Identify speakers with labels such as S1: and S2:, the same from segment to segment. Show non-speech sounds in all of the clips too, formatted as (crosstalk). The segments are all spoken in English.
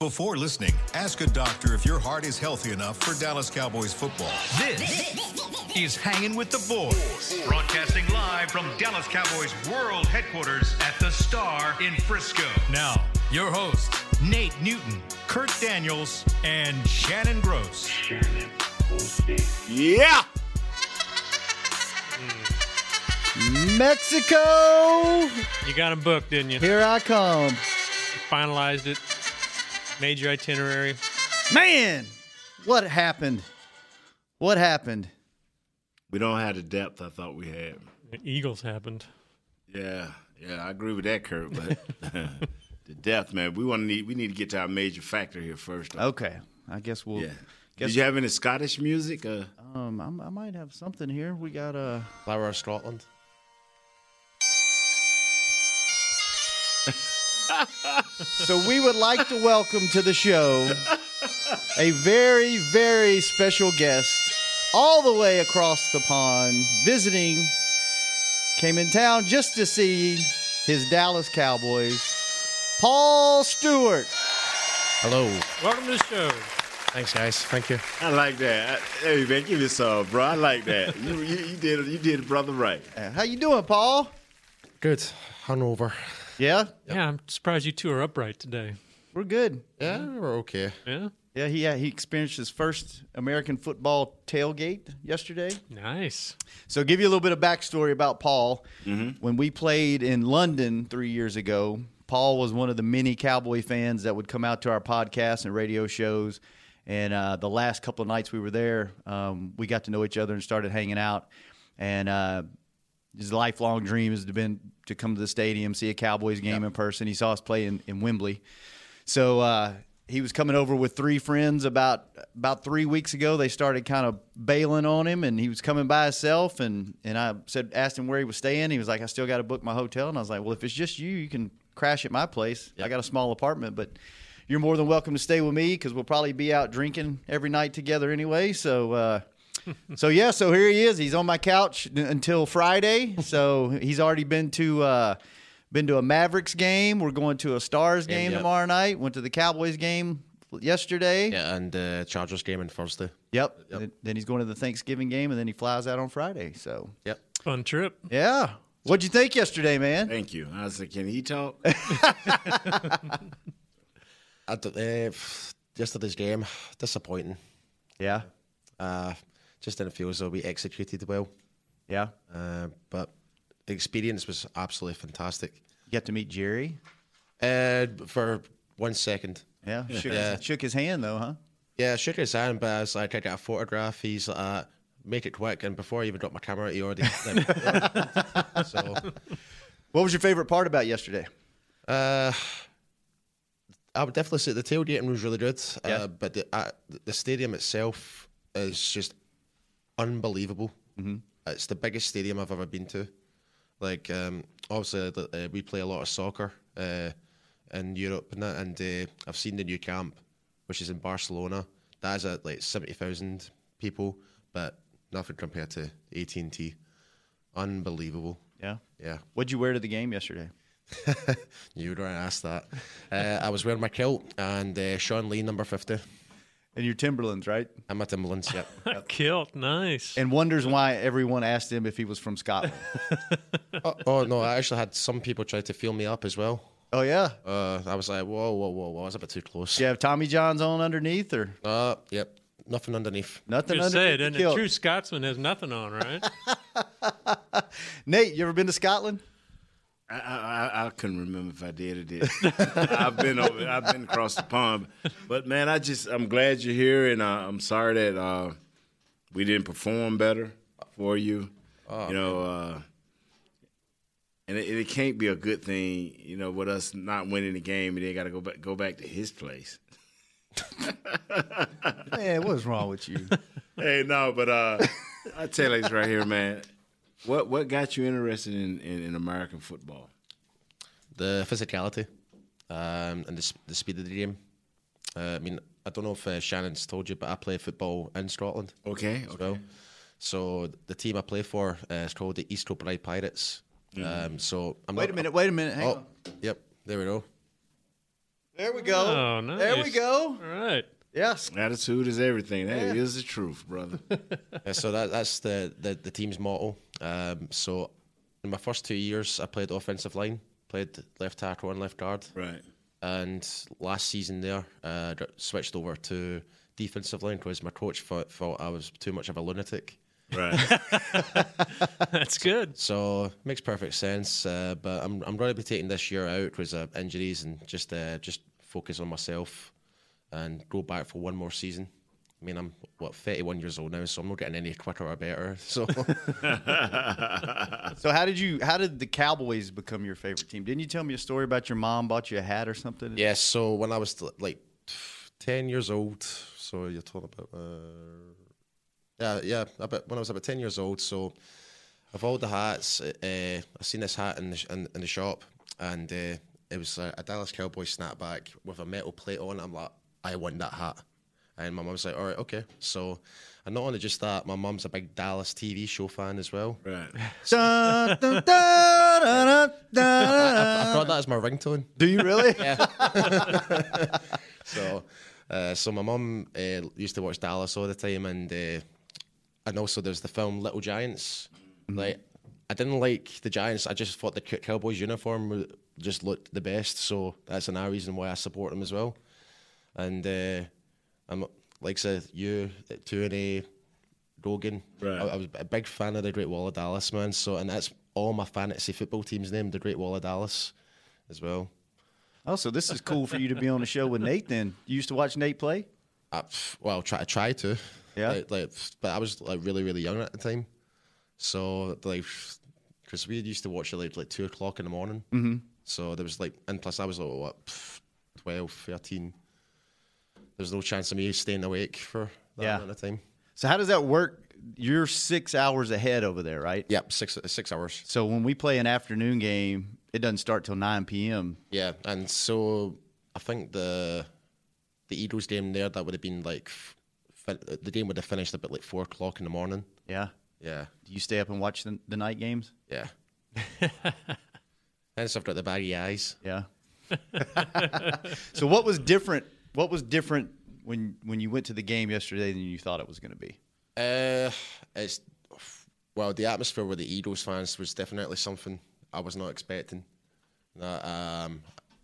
S1: Before listening, ask a doctor if your heart is healthy enough for Dallas Cowboys football.
S2: This is Hanging with the Boys, broadcasting live from Dallas Cowboys World Headquarters at the Star in Frisco. Now, your hosts, Nate Newton, Kurt Daniels, and Shannon Gross.
S3: Yeah.
S4: Mexico,
S5: You got them booked, didn't you?
S4: here I come.
S5: Finalized it. Made your itinerary.
S4: Man, what happened? What happened?
S3: We don't have the depth I thought we had.
S5: The Eagles happened.
S3: Yeah, yeah, I agree with that, Kurt. But (laughs) the depth, man, we want to need we need to get to our major factor here first. though.
S4: Okay, I guess we'll.
S3: yeah.
S4: guess-
S3: Did you have any Scottish music? Uh,
S4: Um, I'm, I might have something here. We got uh,
S6: Flower of Scotland.
S4: (laughs) So we would like to welcome to the show a very, very special guest, all the way across the pond, visiting. Came in town just to see his Dallas Cowboys, Paul Stewart.
S6: Hello.
S5: Welcome to the show.
S6: Thanks, guys. Thank you.
S3: I like that. I, hey, man, give me some, bro. I like that. you, you, you did you did brother right.
S4: Uh, How you doing, Paul?
S6: Good. Hungover.
S4: Yeah,
S5: Yeah, I'm surprised you two are upright today.
S4: we're good.
S6: Yeah, we're okay.
S5: Yeah,
S4: Yeah, he he experienced his first American football tailgate yesterday.
S5: nice.
S4: So, give you a little bit of backstory about Paul.
S6: Mm-hmm.
S4: When we played in London three years ago, Paul was one of the many Cowboy fans that would come out to our podcasts and radio shows. And uh, the last couple of nights we were there, um, we got to know each other and started hanging out. And uh, his lifelong dream has been to come to the stadium, see a Cowboys game in person. He saw us play in, in Wembley. So uh, he was coming over with three friends about about three weeks ago. They started kind of bailing on him, and he was coming by himself. and And I said, asked him where he was staying. He was like, "I still got to book my hotel." And I was like, "Well, if it's just you, you can crash at my place. I got a small apartment, but." You're more than welcome to stay with me because we'll probably be out drinking every night together anyway. So, uh, so yeah, so here he is. He's on my couch n- until Friday. So he's already been to uh, been to a Mavericks game. We're going to a Stars game
S6: yep.
S4: tomorrow night. Went to the Cowboys game yesterday.
S6: Yeah, and uh, Chargers game on Thursday.
S4: Yep. Then- Then he's going to the Thanksgiving game, and then he flies out on Friday. So
S6: Yep.
S5: Fun trip. (laughs)
S4: yeah, what'd you think yesterday, man?
S3: Thank you. I was like, can he
S4: (laughs)
S3: talk?
S6: (laughs) I d- uh, pff, yesterday's game, disappointing.
S4: Yeah,
S6: Uh, just didn't feel as though we executed well.
S4: yeah.
S6: Uh, but the experience was absolutely fantastic.
S4: You got to meet Jerry.
S6: Uh, for one second.
S4: Yeah, shook,
S6: Yeah.
S4: His, shook his hand though, huh?
S6: Yeah, I shook his hand, but I was like, I got a photograph. He's like, uh, make it quick. And before I even dropped my camera, he
S4: (laughs)
S6: already. so.
S4: What was your favorite part about yesterday?
S6: Uh, I would definitely say the tailgating was really good,
S4: Yeah.
S6: uh, but the, uh, the stadium itself is just unbelievable. Mm-hmm. It's the biggest stadium I've ever been to. Like, um, obviously, the- uh, we play a lot of soccer uh, in Europe, and, that, and uh, I've seen the new camp, which is in Barcelona. That is at like seventy thousand people, but nothing compared to AT and T. Unbelievable.
S4: Yeah.
S6: Yeah.
S4: What'd you wear to the game yesterday?
S6: (laughs) You were going to ask that. Uh, I was wearing my kilt and uh, Sean Lee, number 50.
S4: And your Timberlands, right?
S6: I'm at Timberlands, yep.
S5: Kilt, nice.
S4: And wonders why everyone asked him if he was from Scotland.
S6: (laughs) oh, oh, no, I actually had some people try to feel me up as well.
S4: oh yeah,
S6: Uh, I was like, whoa, whoa, whoa, whoa, I was a bit too close.
S4: Do you have Tommy John's on underneath or
S6: Uh, yep, nothing underneath.
S4: nothing
S5: Just say
S4: underneath
S5: it,
S4: the
S5: and a
S4: kilt?
S5: true Scotsman has nothing on,
S4: (laughs)
S5: right?
S4: Nate, you ever been to Scotland?
S3: I, I, I- I couldn't remember if I did or did. (laughs) I've been over, I've been across the pond, but man, I just I'm glad you're here, and uh, I'm sorry that uh, we didn't perform better for you.
S4: Oh,
S3: you know, uh, and it, it can't be a good thing, you know, with us not winning the game, and they got to go back go back to his place.
S4: (laughs) Man, what is wrong with you?
S3: hey, no, but uh, I tell you this right here, man. What what got you interested in, in, in American football?
S6: The physicality um, and the, s- the speed of the game. Uh, I mean, I don't know if uh, Shannon's told you, but I play football in Scotland.
S3: Okay,
S6: as well. So the team I play for uh, is called the East Kilbride
S3: Mm-hmm.
S6: Pirates. Um, so I'm
S4: wait
S6: not-
S4: a minute, wait a minute. Hang
S6: Oh,
S4: on.
S6: yep, there we go.
S4: There we go.
S5: Oh, nice.
S4: There we go.
S5: All right.
S4: Yes.
S3: Attitude is everything. That is the truth, brother.
S6: Yeah, so that, that's the, the, the team's motto. Um, so in my first two years, I played offensive line, played left tackle and left guard.
S3: right.
S6: And last season there, uh, dr- switched over to defensive line because my coach thought, thought I was too much of a lunatic.
S3: Right. (laughs)
S5: (laughs) That's good.
S6: So makes perfect sense. Uh, but I'm I'm going to be taking this year out because of injuries and just uh, just focus on myself and go back for one more season. I mean, I'm what 31 years old now, so I'm not getting any quicker or better. So. (laughs)
S4: So how did you? How did the Cowboys become your favorite team? Didn't you tell me a story about your mom bought you a hat or something?
S6: Yes. so when I was like ten years old, so you're talking about, uh, yeah, yeah, about when I was about ten years old. So of all the hats, uh, I seen this hat in the sh- in, in the shop, and uh, it was uh, a Dallas Cowboy snapback with a metal plate on. I'm like, I want that hat. And my mum's like, all right, okay. So, and not only just that, my mum's a big Dallas TV show fan as well.
S3: Right.
S4: Dun, dun, dun, dun, dun, dun.
S6: (laughs) I, I got that as my ringtone.
S4: Do you
S6: (laughs)
S4: really? (laughs)
S6: So, uh, so my mum uh, used to watch Dallas all the time, and uh, and also there's the film Little Giants.
S4: Mm-hmm.
S6: Like, I didn't like the Giants. I just thought the Cow- Cowboys uniform wa- just looked the best. So that's another reason why I support them as well. And uh, I'm like I said, you, uh, Tooney, Rogan.
S3: Right.
S6: I, I was a big fan of the Great Wall of Dallas, man. So and that's all my fantasy football team's name, the Great Wall of Dallas, as well.
S4: Oh, so this is cool for you to be on the show with Nate. Then you used to watch Nate play.
S6: I, Uh, well, try I tried to.
S4: Yeah.
S6: Like, like, but I was like really, really young at the time, so like, because we used to watch it like like two o'clock in the morning. Mm-hmm. So there was like, and plus I was like what, pff, 12, 13. There's no chance of me staying awake for that
S4: Yeah.
S6: amount of time.
S4: So how does that work? You're six hours ahead over there, right?
S6: Yep, six six hours.
S4: So when we play an afternoon game, it doesn't start till nine p.m.
S6: Yeah, Uh, and so I think the the Eagles game there that would have been like f- fin- the game would have finished about like four o'clock in the morning.
S4: Yeah.
S6: Yeah.
S4: Do you stay up and watch the, the night games? (laughs)
S6: Yeah. Hence, I've got the baggy eyes.
S4: Yeah.
S6: (laughs)
S4: so what was different? What was different when when you went to the game yesterday than you thought it was going to be?
S6: Uh, it's well, the atmosphere with the Eagles fans was definitely something I was not expecting. That, um,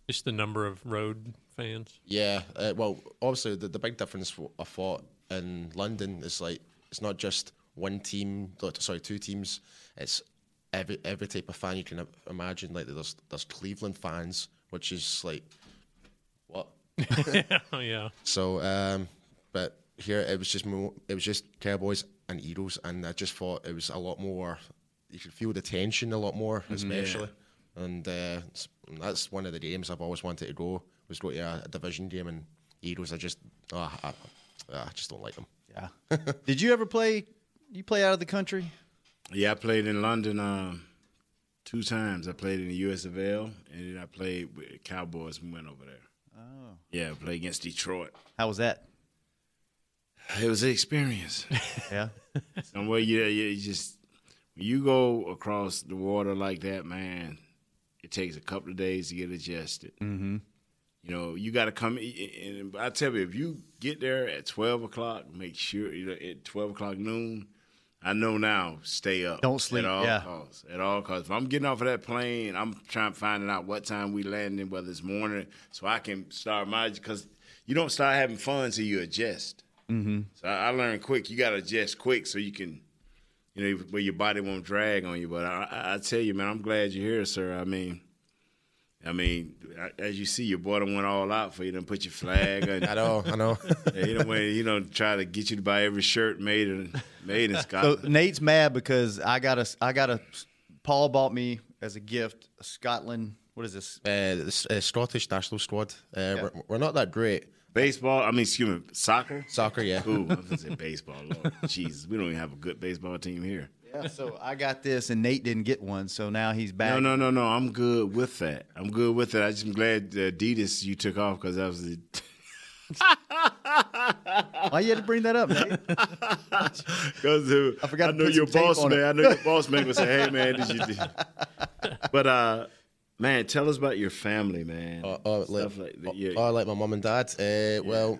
S5: Just the number of road fans.
S4: (laughs)
S6: yeah, uh, well, obviously the, the big difference w- I thought in London is like it's not just one team, like, sorry, two teams. It's every every type of fan you can im- imagine. Like there's there's Cleveland fans, which is like what (laughs)
S5: Oh yeah.
S6: So, um, but here it was just more, it was just Cowboys and Eagles, and I just thought it was a lot more. You could feel the tension a lot more,
S5: Mm-hmm.
S6: especially, and uh, s- and that's one of the games I've always wanted to go was go to a, a division game and Eagles. I just, ah, I, ah, I just don't like them.
S4: Yeah.
S6: (laughs)
S4: Did you ever play? You play out of the country?
S3: Yeah, I played in London um, two times. I played in the US of L, and then I played with the Cowboys and went over there. Oh. Yeah, I played against Detroit.
S4: How was that?
S3: It was an experience.
S4: (laughs) Yeah.
S3: Somewhere you, you just when you go across the water like that, man, it takes a couple of days to get adjusted. Mm-hmm. You know, you got to come. And I tell you, if you get there at twelve o'clock, make sure you know at twelve o'clock noon. I know now. Stay up.
S4: Don't sleep,
S3: at all
S4: yeah.
S3: costs. At all costs. If I'm getting off of that plane, I'm trying to find out what time we landing, whether it's morning, so I can start my. Because you don't start having fun till you adjust. So I, I learned quick. You got to adjust quick so you can, you know, where your body won't drag on you. But I, I, I tell you, man, I'm glad you're here, sir. I mean, I mean, I- as you see, your boy done went all out for you. Done put your
S6: (laughs)
S3: flag and (laughs)
S6: I know, I know.
S3: he done went, you know, try to get you to buy every shirt made in made
S6: (laughs)
S3: in
S4: So
S3: Scotland.
S4: Nate's mad because I got a I got a Paul bought me as a gift a Scotland. What is this?
S6: uh, the S- uh, Scottish national squad. Uh, we're, we're not that great.
S3: baseball. I mean, excuse me, soccer.
S6: Soccer, yeah.
S3: Ooh, I was gonna say baseball.
S6: (laughs)
S3: Lord, Jesus, we don't even have a good baseball team here.
S4: Yeah. So I got this and Nate didn't get one, so now he's back.
S3: No, no, no, no. I'm good with that. I'm good with it. I just am glad uh, Adidas you took off because that was the.
S4: (laughs)
S3: (laughs)
S4: Why you had to bring that up? Nate?
S3: Because I
S4: forgot
S3: I
S4: to
S3: know
S4: put
S3: your
S4: some tape
S3: boss
S4: on it. (laughs)
S3: man. I know your boss man would say, "Hey man, did you?" Do? But uh, Man, tell us about your family, man.
S6: Uh, uh,
S3: Stuff
S6: like,
S3: like
S6: uh,
S3: that. Yeah.
S6: uh, like my mum and dad. Uh, Well,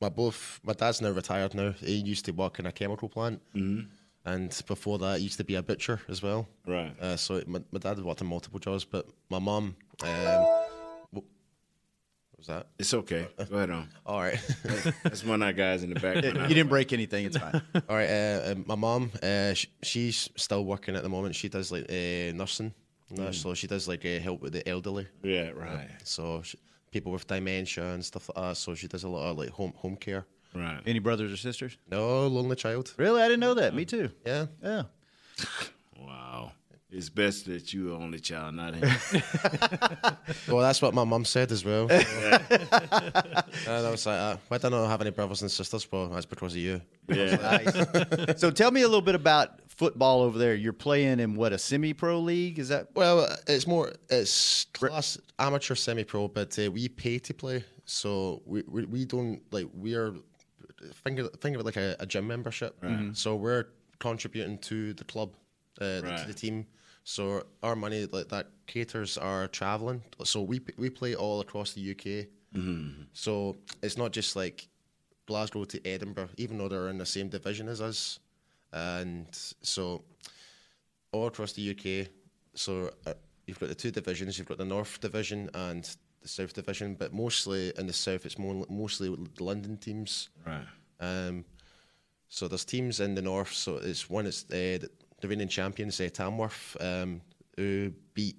S6: my both my dad's now retired now. He used to work in a chemical plant, mm and before that, he used to be a butcher as well.
S3: Right.
S6: Uh, so my, my dad worked in multiple jobs, but my mum. Um, wh- what was that?
S3: It's okay. Go ahead
S6: (laughs)
S3: on.
S6: All right,
S3: That's one of our guys in the
S6: (laughs)
S3: back.
S4: You didn't break anything.
S3: (laughs)
S4: It's fine.
S6: all right. Uh, uh, my mum, uh, sh- she's still working at the moment. She does like uh, nursing,
S3: Mm.
S6: nurse, so she does like uh, help with the elderly.
S3: yeah, right.
S6: So she, people with dementia and stuff like that. So she does a lot of like home home care.
S3: Right.
S4: Any brothers or sisters?
S6: No, lonely child.
S4: Really, I didn't know that. Me too.
S6: Yeah.
S4: Yeah.
S3: Wow. It's best that you are only child, not
S4: (laughs)
S3: him.
S6: Well, that's what my mum said as well. (laughs) and I was like, uh, why don't I have any brothers and sisters? Well, that's because of you.
S3: yeah.
S4: (laughs) Nice. so tell me a little bit about football over there. You're playing in what a semi-pro league? Is that
S6: Well, uh, it's more it's class amateur semi pro, but uh, we pay to play, so we we, we don't like we are think of, think of it like a, a gym membership. So we're contributing to the club, uh, to
S3: Right.
S6: the team. So our money like that caters our traveling. So we p- we play all across the UK.
S3: Mm-hmm.
S6: So it's not just like Glasgow to Edinburgh, even though they're in the same division as us, and so all across the UK. So uh, you've got the two divisions. You've got the North Division and the South Division, but mostly in the South, it's more mostly with the London teams.
S3: Right.
S6: Um, so there's teams in the North. So it's one. It's uh, the, the reigning champions, uh, Tamworth, um, who beat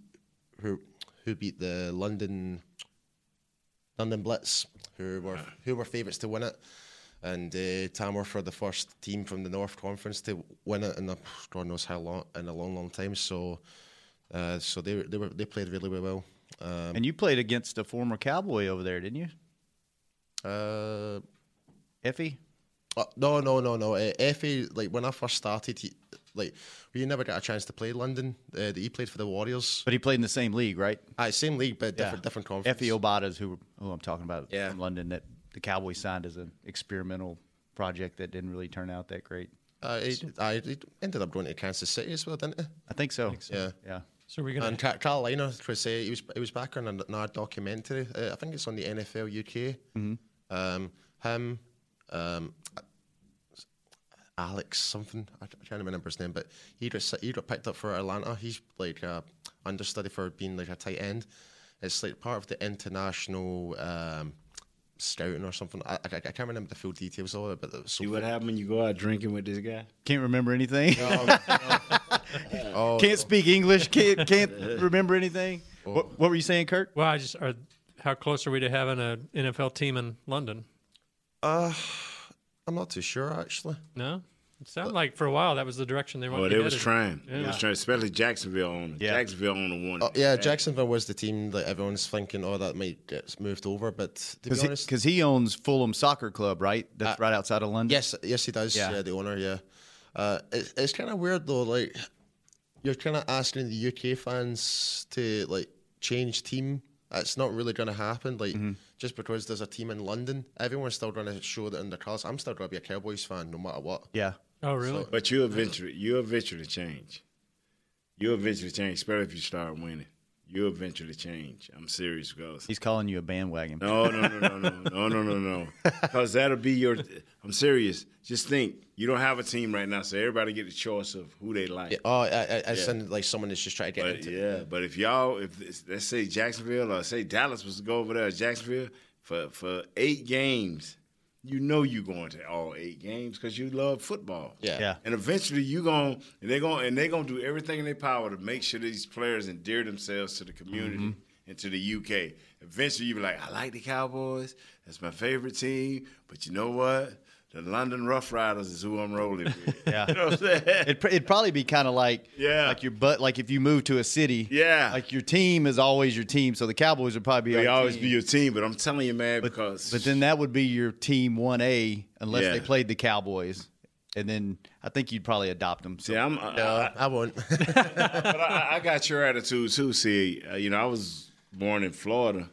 S6: who who beat the London London Blitz, who were who were favourites to win it. And uh, Tamworth were the first team from the North Conference to win it in a, God knows how long in a long, long time. So, uh, so they were- they were they played really, really well. Um,
S4: and you played against a former cowboy over there, didn't you?
S6: uh,
S4: Effie?
S6: Uh, no, no, no, no. Uh, Effie, like when I first started, he, like we never got a chance to play London. Uh, that he played for the Warriors.
S4: But he played in the same league, right?
S6: Aye, same league, but different, different conference.
S4: Effie Obada's who who I'm talking about
S6: Yeah.
S4: from London that the Cowboys signed as an experimental project that didn't really turn out that great.
S6: uh, he, aye, he ended up going to Kansas City as well, didn't he?
S4: I think so.
S6: Yeah.
S4: Yeah.
S5: So we're gonna.
S6: And Ca- Carolina, Chris, uh, he was he was back on an- another documentary. Uh, I think it's on the NFL UK.
S4: Mm-hmm.
S6: Um, him, um, Alex something. I, c- I can't remember his name, but he got si- he got picked up for Atlanta. He's like a understudy for being like a tight end. It's like part of the international um, scouting or something. I, I, I can't remember the full details of it, but it was so
S3: See what happened when you go out drinking with this guy?
S4: Can't remember anything. (laughs)
S6: Oh.
S4: can't speak English.
S6: (laughs)
S4: Can't can't remember anything. What, what were you saying, Kurt?
S5: Well, I just are. How close are we to having an NFL team in London?
S6: Uh, I'm not too sure actually.
S5: No, it sounded like for a while that was the direction they wanted.
S3: Oh,
S5: to
S3: they
S5: get
S3: was
S5: it.
S3: trying. They was trying, especially Jacksonville on
S4: Yeah.
S3: Jacksonville on the one.
S6: Oh, yeah, Jacksonville was the team that everyone's thinking, oh, that might get moved over. But to be honest, Uh,
S4: Because he, owns Fulham Soccer Club, right? That's right outside of London.
S6: yes, yes, he does.
S4: Yeah.
S6: Yeah, the owner. Yeah, uh, it's it's kind of weird though. Like you're kind of asking the UK fans to like change team. It's not really going to happen. Like
S4: Mm-hmm.
S6: just because there's a team in London, everyone's still going to show that in their colours. I'm still going to be a Cowboys fan no matter what.
S4: Yeah.
S5: Oh, really?
S3: But you eventually you eventually change. You eventually change, especially if you start winning. You eventually change. I'm serious, guys.
S4: He's calling you a bandwagon.
S3: No, no, no, no, no, no, no, no,
S4: (laughs)
S3: no. Because that'll be your. I'm serious. Just think, you don't have a team right now, so everybody get the choice of who they like.
S6: Oh, I, I, I send like someone that's just trying to get
S3: But
S6: into.
S3: yeah, but if y'all, if this- let's say Jacksonville or say Dallas was to go over there, Jacksonville for for eight games, you know you going to all eight games because you love football.
S6: Yeah.
S4: Yeah.
S3: And eventually you gon' and they're gonna and they're gonna do everything in their power to make sure these players endear themselves to the community
S4: Mm-hmm.
S3: and to the UK. Eventually you be like, I like the Cowboys, that's my favorite team, but you know what? The London Rough Riders is who I'm rolling with.
S4: Yeah.
S3: (laughs) You know what I'm saying?
S4: It'd, pr- it'd probably be kind of like
S3: Yeah.
S4: like your butt like if you move to a city
S3: Yeah.
S4: like your team is always your team so the Cowboys would probably (laughs) be
S3: They
S4: our
S3: always
S4: team.
S3: be your team, but I'm telling you, man, because
S4: but then that would be your team one A unless
S3: Yeah.
S4: they played the Cowboys and then I think you'd probably adopt them so
S3: yeah, I'm, I-
S6: Uh, I won't.
S3: but I, I got your attitude too. See, uh, you know, I was born in Florida.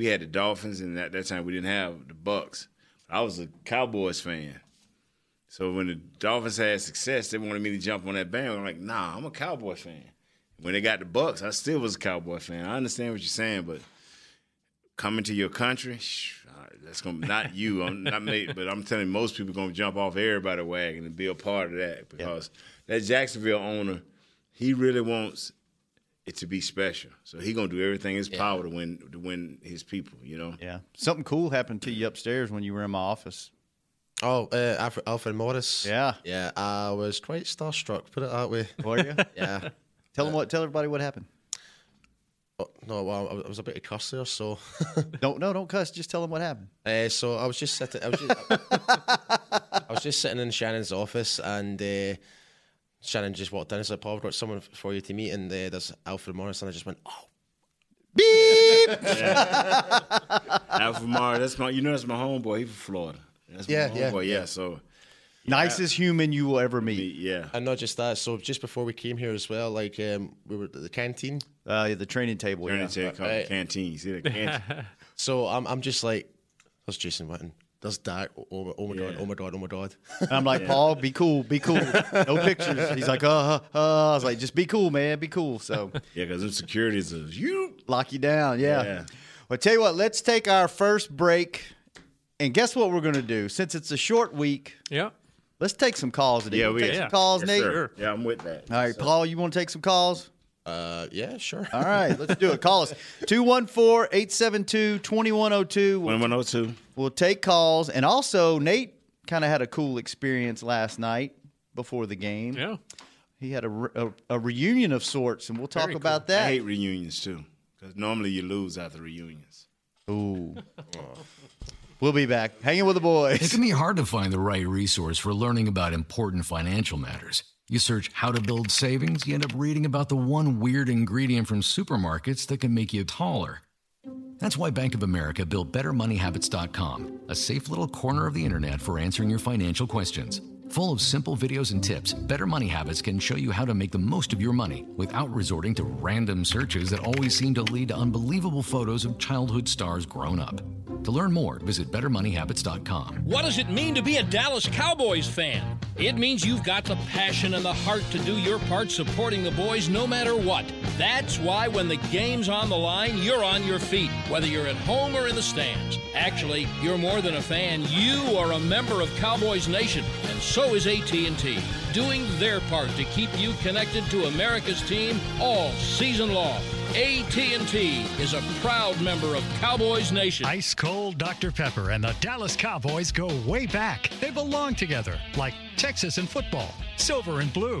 S3: We had the Dolphins, and at that time we didn't have the Bucks. I was a Cowboys fan. So when the Dolphins had success, they wanted me to jump on that bandwagon. I'm like, nah, I'm a Cowboys fan. when they got the Bucks, I still was a Cowboy fan. I understand what you're saying, but coming to your country, shh, all right, that's gonna not you. I'm not made, but I'm telling you, most people gonna jump off everybody wagon and be a part of that because that Jacksonville owner, he really wants it to be special. So he gonna do everything in his power to win to win his people. You know.
S4: Yeah. Something cool happened to you upstairs when you were in my office.
S6: Oh, uh, Alfred, Alfred Morris.
S4: Yeah.
S6: Yeah, I was quite starstruck, put it that way. (laughs)
S4: Were you?
S6: Yeah.
S4: tell them what. Tell everybody what happened.
S6: Oh, no, well, I was about to cuss there, so. (laughs)
S4: Don't no. Don't cuss. Just tell them what happened.
S6: Uh, so I was just sitting. I was just,
S4: (laughs)
S6: I was just sitting in Shannon's office, and uh, Shannon just walked in and said, "Paul, I've got someone for you to meet." And uh, there's Alfred Morris, and I just went, "Oh,
S3: (laughs)
S6: (laughs)
S3: Alpha Mar, that's my you know that's my homeboy. He from Florida. That's my
S6: Yeah, yeah,
S3: homeboy. Yeah, so
S4: Nicest human you will ever meet.
S3: yeah.
S6: And not just that. So just before we came here as well, like um, we were at the canteen.
S4: Uh, yeah, the training table.
S3: Turn
S4: yeah.
S3: into a
S6: Right.
S3: canteen. See
S4: (laughs)
S3: the canteen.
S6: So I'm, I'm just like, "There's Jason Witten. There's Dak. Oh, oh, oh my god. Oh my god. Oh my god."
S4: And
S6: (laughs)
S4: I'm like, Paul, be cool, be cool. No pictures. He's like, uh, uh, uh. I was like, just be cool, man, be cool. So
S3: yeah, because them securities is you.
S4: lock you down. Yeah.
S3: Yeah.
S4: Well, tell you what, let's take our first break. And guess what we're going to do? Since it's a short week,
S5: Yeah.
S4: let's take some calls today.
S3: Yeah,
S4: We'll
S3: we-
S4: take
S5: yeah.
S4: some calls, Nate.
S3: Sure. Yeah, I'm with that.
S4: All right, Paul, you want to take some calls?
S6: uh, yeah, sure.
S4: All right, let's do
S3: (laughs)
S4: it. Call us 214 872 2102.
S3: 1102.
S4: We'll take calls. And also, Nate kind of had a cool experience last night before the game.
S5: Yeah.
S4: He had a, re- a, a reunion of sorts, and we'll talk
S5: Very cool.
S4: about
S3: I
S4: that.
S3: hate reunions too. Because normally you lose after reunions.
S4: Ooh. (laughs) We'll be back. Hanging with the
S7: It
S5: (laughs)
S4: boys.
S7: can be hard to find the right resource for learning about important financial matters. You search how to build savings, you end up reading about the one weird ingredient from supermarkets that can make you taller. That's why Bank of America built BetterMoneyHabits.com, a safe little corner of the internet for answering your financial questions. Full of simple videos and tips, Better Money Habits can show you how to make the most of your money without resorting to random searches that always seem to lead to unbelievable photos of childhood stars grown up. To learn more, visit BetterMoneyHabits.com.
S8: What does it mean to be a Dallas Cowboys fan? It means you've got the passion and the heart to do your part supporting the boys no matter what. That's why when the game's on the line, you're on your feet, whether you're at home or in the stands. Actually, you're more than a fan. You are a member of Cowboys Nation, and so is AT&T, doing their part to keep you connected to America's team all season long. AT&T is a proud member of Cowboys Nation.
S9: Ice Cold Dr. Pepper and the Dallas Cowboys go way back. They belong together, like Texas and football, silver and blue,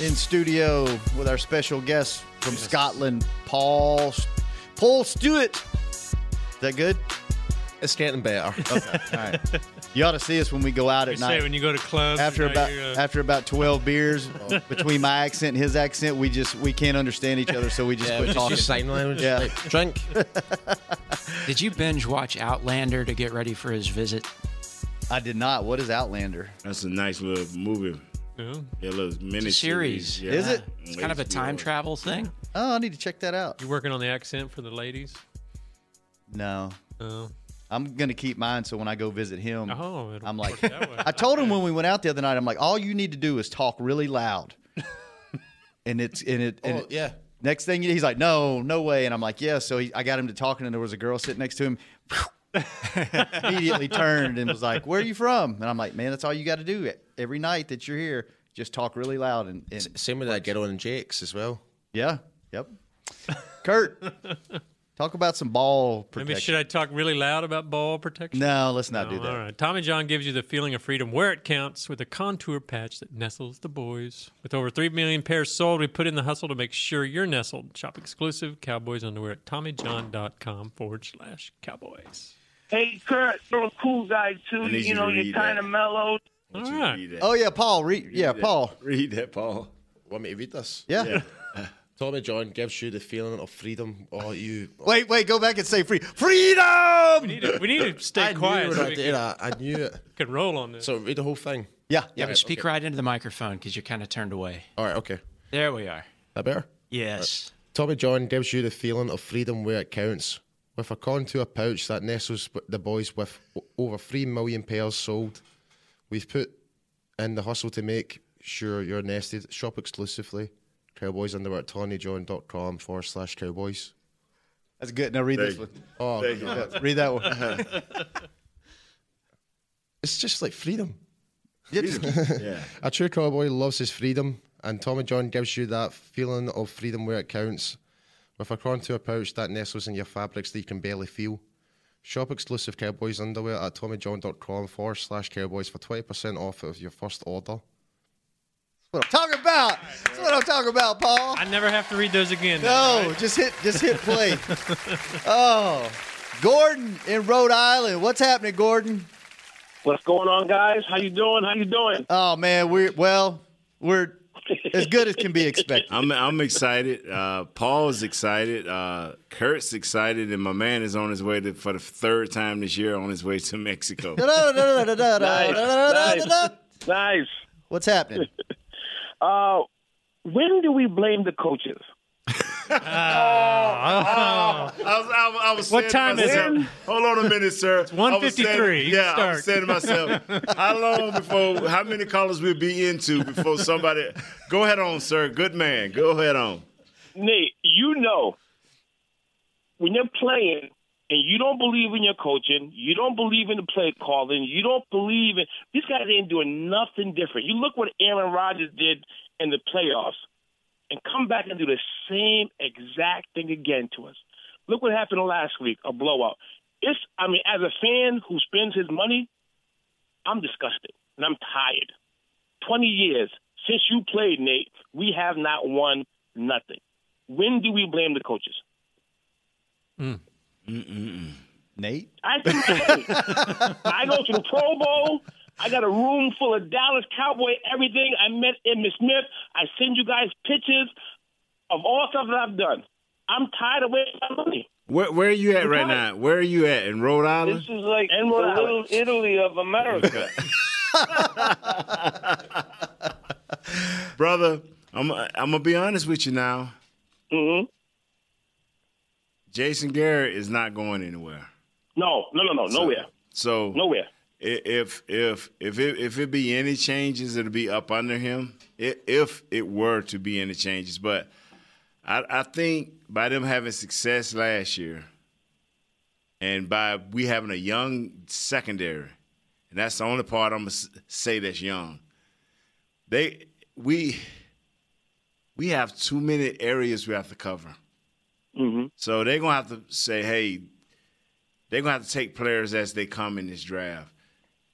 S4: in studio with our special guest from Scotland, Paul Paul Stewart. Is that good?
S6: It's getting better.
S4: All right. You ought to see us when we go out
S5: You
S4: at
S5: say
S4: night.
S5: when you go to clubs
S4: After
S5: you know,
S4: about
S5: you're, uh,
S4: after about twelve beers, between my accent and his accent, we just we can't understand each other, so we just
S6: yeah,
S4: quit
S6: it's
S4: talking.
S6: just sign language.
S4: Yeah.
S6: Like, drink.
S10: Did you binge watch Outlander to get ready for his visit?
S4: I did not. What is Outlander?
S3: That's a nice little movie.
S5: yeah.
S3: Yeah, little mini
S10: series.
S3: Yeah.
S4: Is it?
S10: It's kind of a
S4: uh,
S10: time travel thing.
S4: Oh, I need to check that out.
S5: You working on the accent for the ladies?
S4: No,
S5: Oh.
S4: I'm gonna keep mine. So when I go visit him,
S5: Oh, it'll
S4: I'm like,
S5: work that way.
S4: (laughs) I told him when we went out the other night, I'm like, all you need to do is talk really
S5: (laughs)
S4: loud, and it's and it. And
S6: Oh,
S4: it-
S6: yeah.
S4: Next thing you- he's like, no, no way, and I'm like, yeah. So he, I got him to talking, and there was a girl sitting next to him. (laughs) immediately turned and was like, "Where are you from?" And I'm like, "Man, that's all you got to do every night that you're here. Just talk really loud." And, and
S6: Same with that girl and Jake's as well.
S4: yeah, yep.
S5: (laughs)
S4: Kurt, talk about some ball
S5: Maybe
S4: protection.
S5: should I talk really loud about ball protection?
S4: No, let's not
S5: No,
S4: do that.
S5: All right. Tommy John gives you the feeling of freedom where it counts with a contour patch that nestles the boys. With over 3 million pairs sold, we put in the hustle to make sure you're nestled. Shop exclusive Cowboys underwear at TommyJohn.com forward slash Cowboys.
S11: Hey, Kurt, you're a cool guy too.
S5: I need
S11: You
S5: you
S11: know,
S5: to
S11: you're
S5: read
S11: kind of mellow.
S5: All right.
S4: Oh yeah, Paul. Read, yeah,
S6: that.
S4: Paul.
S3: Read that, Paul.
S6: Want me to read this?
S4: Yeah. (laughs)
S6: Tommy John gives you the feeling of freedom. Oh, you.
S4: Wait, wait. Go back and say free freedom. We
S5: need to, we need to stay
S6: I
S5: quiet
S6: Knew
S5: so
S6: when I
S5: we
S6: did
S5: can-
S6: that. I knew it.
S5: Could roll on this.
S6: So read the whole thing.
S4: Yeah.
S10: Yeah, but speak
S6: okay.
S10: right into the microphone because you're kind of turned away.
S6: All right. Okay.
S10: There we are.
S6: That better?
S10: Yes.
S6: Tommy John gives you the feeling of freedom where it counts. With a contour pouch that nestles b- the boys with o- over 3 million pairs sold, we've put in the hustle to make sure you're nested. Shop exclusively. Cowboys underwear at TonyJohn.com forward slash cowboys.
S4: That's good. Now read
S6: There
S4: this
S6: you-
S4: one.
S6: Oh, There you
S4: Yeah,
S6: go. (laughs)
S4: read that one.
S6: It's just like freedom. (laughs)
S3: yeah.
S6: A true cowboy loves his freedom, and Tommy John gives you that feeling of freedom where it counts. With a contour pouch that nestles in your fabrics that you can barely feel. Shop exclusive Cowboys underwear at TommyJohn.com forward slash Cowboys for 20% off of your first order.
S4: what I'm talking about. That's what I'm talking about, Paul.
S5: I never have to read those again.
S4: No,
S5: then, right?
S4: just hit just hit
S5: (laughs)
S4: play. oh, Gordon in Rhode Island. What's happening, Gordon?
S11: What's going on, guys? How you doing? How you doing?
S4: Oh man, we're well,
S11: (laughs)
S4: we're as good
S3: (laughs)
S4: as can be expected.
S3: I'm I'm excited. Uh, Paul's excited. Uh, Kurt's excited, and my man is on his way to for the third time this year on his way to
S4: (laughs)
S3: Mexico.
S11: Nice, nice, nice.
S4: What's happening?
S11: (laughs) Uh, when do we blame the coaches?
S5: Oh.
S3: I was, I, was- I was
S11: What
S3: saying to
S11: time is
S3: myself,
S11: it?
S3: Hold on a minute, sir. It's
S11: 1:53. You
S3: Yeah, I was
S11: start.
S3: saying to myself, how long before, how many callers we'll be into before somebody, go ahead on, sir. Good man. Go ahead on.
S11: Nate, you know, when you're playing and you don't believe in your coaching, you don't believe in the play calling, you don't believe in these guys ain't doing nothing different. You look what Aaron Rodgers did in the playoffs and come back and do the same exact thing again to us. Look what happened last week, a blowout. It's I mean, as a fan who spends his money, I'm disgusted and I'm tired. Twenty years since you played, Nate, we have not won nothing. When do we blame the coaches? Mm.
S4: Nate?
S11: I, I go to the Pro Bowl. I got a room full of Dallas Cowboy everything. I met Emmitt Smith. I send you guys pictures of all stuff that I've done. I'm tired of wasting my money.
S3: Where, where are you at right now? Where are you at? In Rhode Island?
S11: is like and
S12: the little Italy of America.
S3: (laughs) Brother, I'm, I'm going to be honest with you now.
S11: Mm-hmm.
S3: Jason Garrett is not going anywhere.
S11: No, no, no, no,
S3: So-
S11: nowhere.
S3: So
S11: nowhere.
S3: If if if it, if it be any changes, it'll be up under him. I if it were to be any changes, but I, I think by them having success last year, and by we having a young secondary, and that's the only part I'm gonna s- say that's young. They we we have too many areas we have to cover.
S11: Mm-hmm.
S3: So they're gonna have to say, hey, they're gonna have to take players as they come in this draft.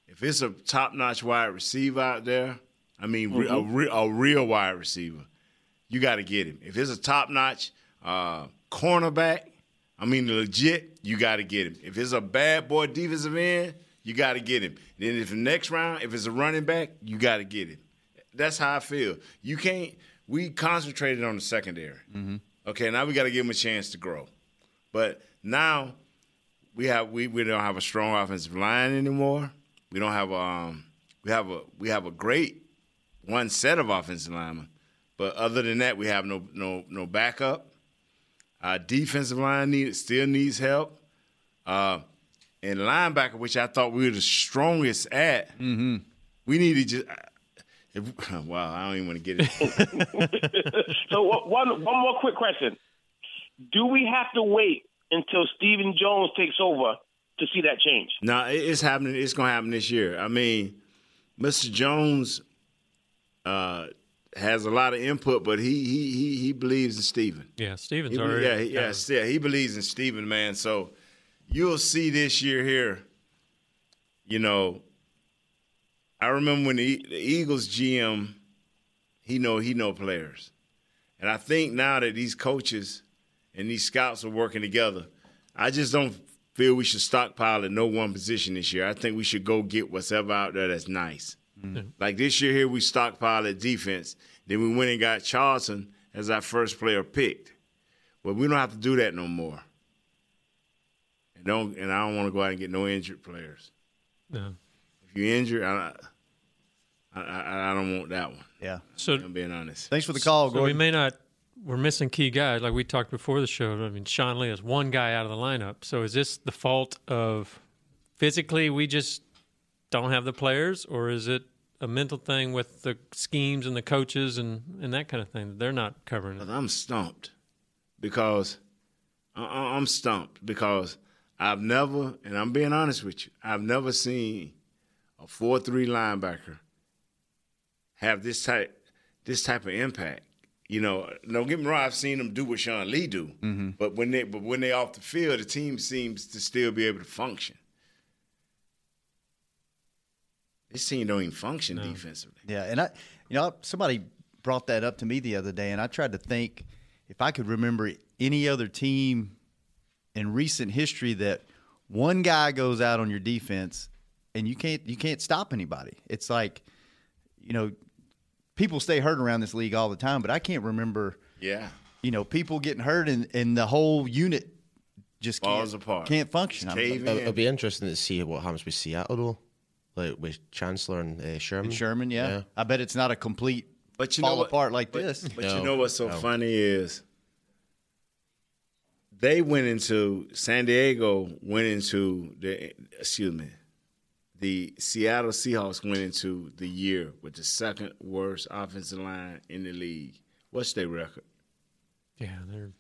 S3: If it's a top-notch wide receiver out there, I mean re- a,
S13: Mhm.
S3: re- a real wide receiver, you got to get him. If it's a top-notch uh, cornerback, I mean legit, you got to get him. If it's a bad boy defensive end, you got to get him. Then if the next round, if it's a running back, you got to get him. That's how I feel. You can't. We concentrated on the secondary.
S4: Mm-hmm.
S3: Mm-hmm. Okay, now we got to give them a chance to grow. But now we have we, we don't have a strong offensive line anymore. We don't have um we have a we have a great one set of offensive linemen, but other than that, we have no no no backup. Our defensive line need, still needs help. Uh, and linebacker, which I thought we were the strongest at, we need to just. If, (laughs) wow, I don't even want to get it.
S11: so wha- one one more quick question: Do we have to wait until Stephen Jones takes over to see that
S14: (laughs)
S11: change?
S3: No, it- it's happening. It's gonna happen this year. I mean, Mr. Jones uh, has a lot of input, but he he he, he believes in Steven.
S5: Yeah, Stevens
S3: He be-
S5: already.
S3: yeah, he- yeah, yeah, he believes in Steven, man. So you'll see this year here, you know, I remember when the, E- the Eagles GM, he know he know players. And I think now that these coaches and these scouts are working together, I just don't feel we should stockpile at no one position this year. I think we should go get whatever out there that's nice.
S5: Mm-hmm.
S3: Like this year here, we stockpiled at defense. Then we went and got Charleston as our first player picked. Well, we don't have to do that no more. And don't and I don't want to go out and get no injured players.
S5: Oh, No.
S3: If you're injured, I I, I, I don't want that one.
S4: Yeah.
S5: So
S3: I'm being honest.
S4: Thanks for the call,
S5: So we
S4: Gordon.
S5: may not. We're missing key guys, like we talked before the show. I mean, Sean Lee is one guy out of the lineup. So is this the fault of physically we just don't have the players, or is it a mental thing with the schemes and the coaches and and that kind of thing? They're not covering it.
S3: I'm stumped because I- I- I'm stumped because I've never, and I'm being honest with you, I've never seen a four-three linebacker have this type this type of impact. You know, don't get me wrong, I've seen them do what Sean Lee do, but when they but when they off the field, the team seems to still be able to function. This team don't even function defensively.
S4: Yeah, and I, you know, somebody brought that up to me the other day, and I tried to think if I could remember any other team in recent history that one guy goes out on your defense and you can't you can't stop anybody. It's like, you know, people stay hurt around this league all the time, but I can't remember,
S3: Yeah.
S4: you know, people getting hurt and, and the whole unit just
S3: Falls
S4: can't,
S3: apart.
S4: can't function. I'm-
S6: It'll, it'll be interesting to see what happens with Seattle, though. Like with Chancellor and uh, Sherman.
S4: Sherman, yeah. I bet it's not a complete
S3: but you
S4: fall
S3: know what-
S4: apart like
S3: but-
S4: this.
S3: But you know what's so funny is they went into San Diego went into the excuse me, the Seattle Seahawks went into the year with the second worst offensive line in the league. What's their record?
S5: Yeah, they're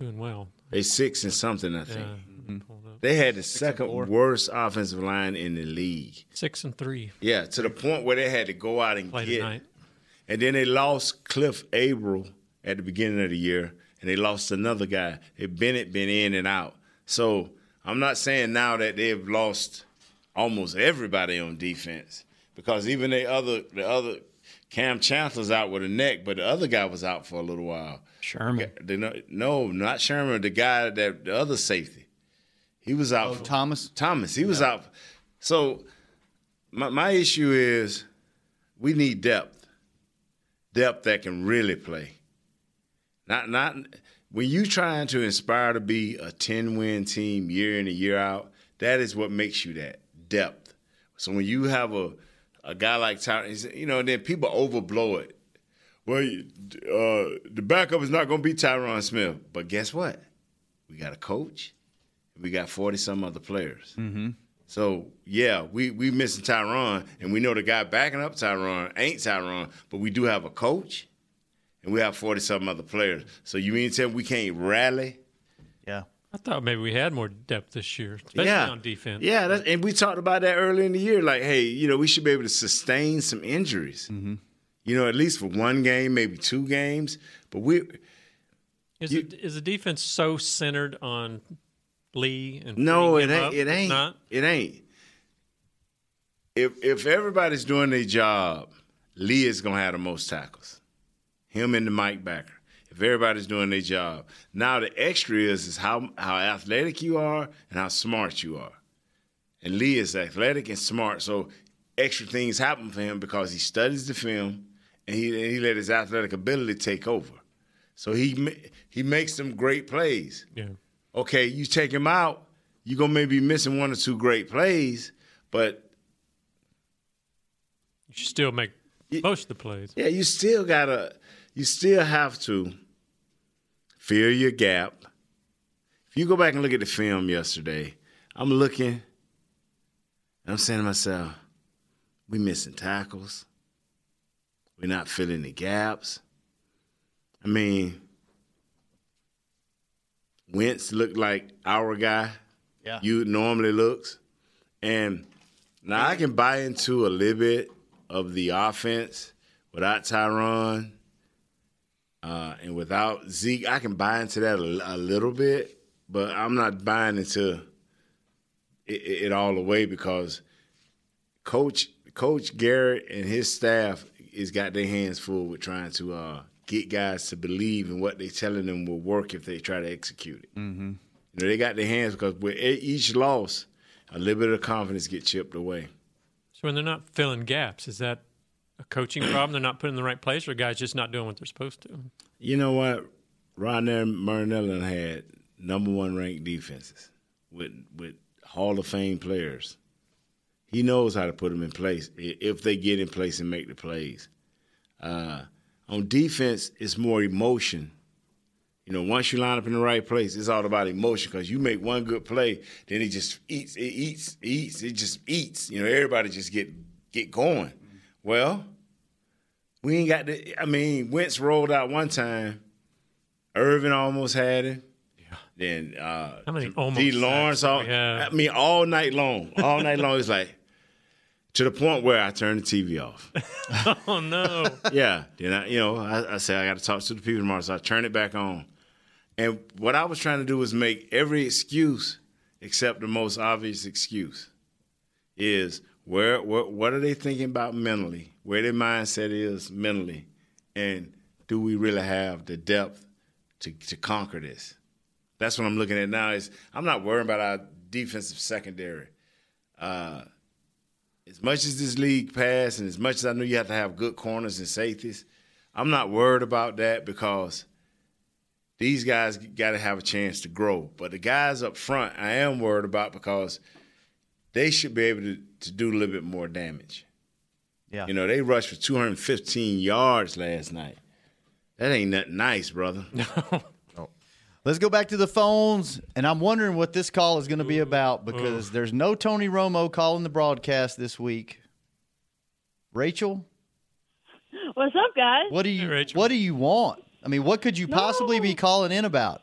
S5: doing well.
S3: They six and something, I think.
S5: Yeah,
S3: They had the
S5: and
S3: second
S5: four.
S3: worst offensive line in the league.
S5: Six and three.
S3: Yeah, to the point where they had to go out and
S5: Play
S3: get.
S5: tonight.
S3: And then they lost Cliff Averill at the beginning of the year, and they lost another guy. They Bennett been in and out. So I'm not saying now that they've lost almost everybody on defense because even the other the other Cam Chancellor's out with a neck, but the other guy was out for a little while.
S10: Sherman.
S3: They no- no, not Sherman. The guy that the other safety, he was out. for,
S4: Thomas.
S3: Thomas. He was out. So my my issue is we need depth, depth that can really play. Not not when you trying to inspire to be a ten win team year in and year out. That is what makes you that depth. So when you have a a guy like Tyron, he's- you know, then people overblow it. Well, you- uh, the backup is not going to be Tyron Smith, but guess what? We got a coach. We got forty some other players.
S4: Mm-hmm.
S3: So yeah, we we missing Tyron, and we know the guy backing up Tyron ain't Tyron, but we do have a coach, and we have forty something other players. So you mean to tell me we can't rally?
S4: Yeah,
S5: I thought maybe we had more depth this year, especially
S3: yeah,
S5: on defense.
S3: Yeah, that's, and we talked about that earlier in the year. Like, hey, you know, we should be able to sustain some injuries. You know, at least for one game, maybe two games. But we
S5: Is, it, is the defense so centered on Lee and
S3: No, it ain't.
S5: freeing him up?
S3: It
S5: It's
S3: ain't.
S5: not?
S3: It ain't. If if everybody's doing their job, Lee is gonna have the most tackles. Him and the Mike Backer. If everybody's doing their job, now the extra is is how how athletic you are and how smart you are. And Lee is athletic and smart, so extra things happen for him because he studies the film and he and he let his athletic ability take over. So he ma- he makes some great plays
S5: Yeah.
S3: okay, you take him out, you're gonna maybe be missing one or two great plays, but
S5: You should still make most of the plays.
S3: yeah, you still gotta you still have to fill your gap. If you go back and look at the film yesterday, I'm looking and I'm saying to myself, we missing tackles. We're not filling the gaps. I mean, Wentz looked like our guy.
S4: Yeah.
S3: You normally looks. And now I can buy into a little bit of the offense without Tyron uh, and without Zeke, I can buy into that a, a little bit, but I'm not buying into it, it, it all the way because Coach Coach Garrett and his staff is got their hands full with trying to uh, get guys to believe in what they're telling them will work if they try to execute it.
S4: Mm-hmm.
S3: You know, they got their hands because with e- each loss, a little bit of confidence get chipped away.
S5: So when they're not filling gaps, is that a coaching (clears throat) problem? They're not put in the right place, or guys just not doing what they're supposed to?
S3: You know what? Ronell Marinello had number one ranked defenses with with Hall of Fame players. He knows how to put them in place i- if they get in place and make the plays. Uh, on defense, it's more emotion. You know, once you line up in the right place, it's all about emotion because you make one good play, then it just eats, it eats, it eats, it just eats. You know, everybody just get get going. Well, we ain't got the. I mean, Wentz rolled out one time. Irvin almost had him. Then uh,
S5: How many
S3: D.
S5: almost
S3: Lawrence.
S5: sacks
S3: All,
S5: did we have?
S3: I mean, all night long, all night long. It's like to the point where I turned the TV off.
S5: (laughs) oh no!
S4: (laughs)
S3: (laughs) yeah. Then I, you know, I, I said I got to talk to the people tomorrow, so I turned it back on. And what I was trying to do was make every excuse except the most obvious excuse is where, where what are they thinking about mentally? Where their mindset is mentally, and do we really have the depth to to conquer this? That's what I'm looking at now. Is I'm not worrying about our defensive secondary. Uh, as much as this league passed and as much as I knew you have to have good corners and safeties, I'm not worried about that because these guys got to have a chance to grow. But the guys up front, I am worried about because they should be able to, to do a little bit more damage.
S4: Yeah.
S3: You know, they rushed for 215 yards last night. That ain't nothing nice, brother. No.
S4: Let's go back to the phones, and I'm wondering what this call is going to be about because there's no Tony Romo calling the broadcast this week. Rachel,
S13: What's up, guys?
S4: what do you what do you want? I mean, what could you possibly be calling in about?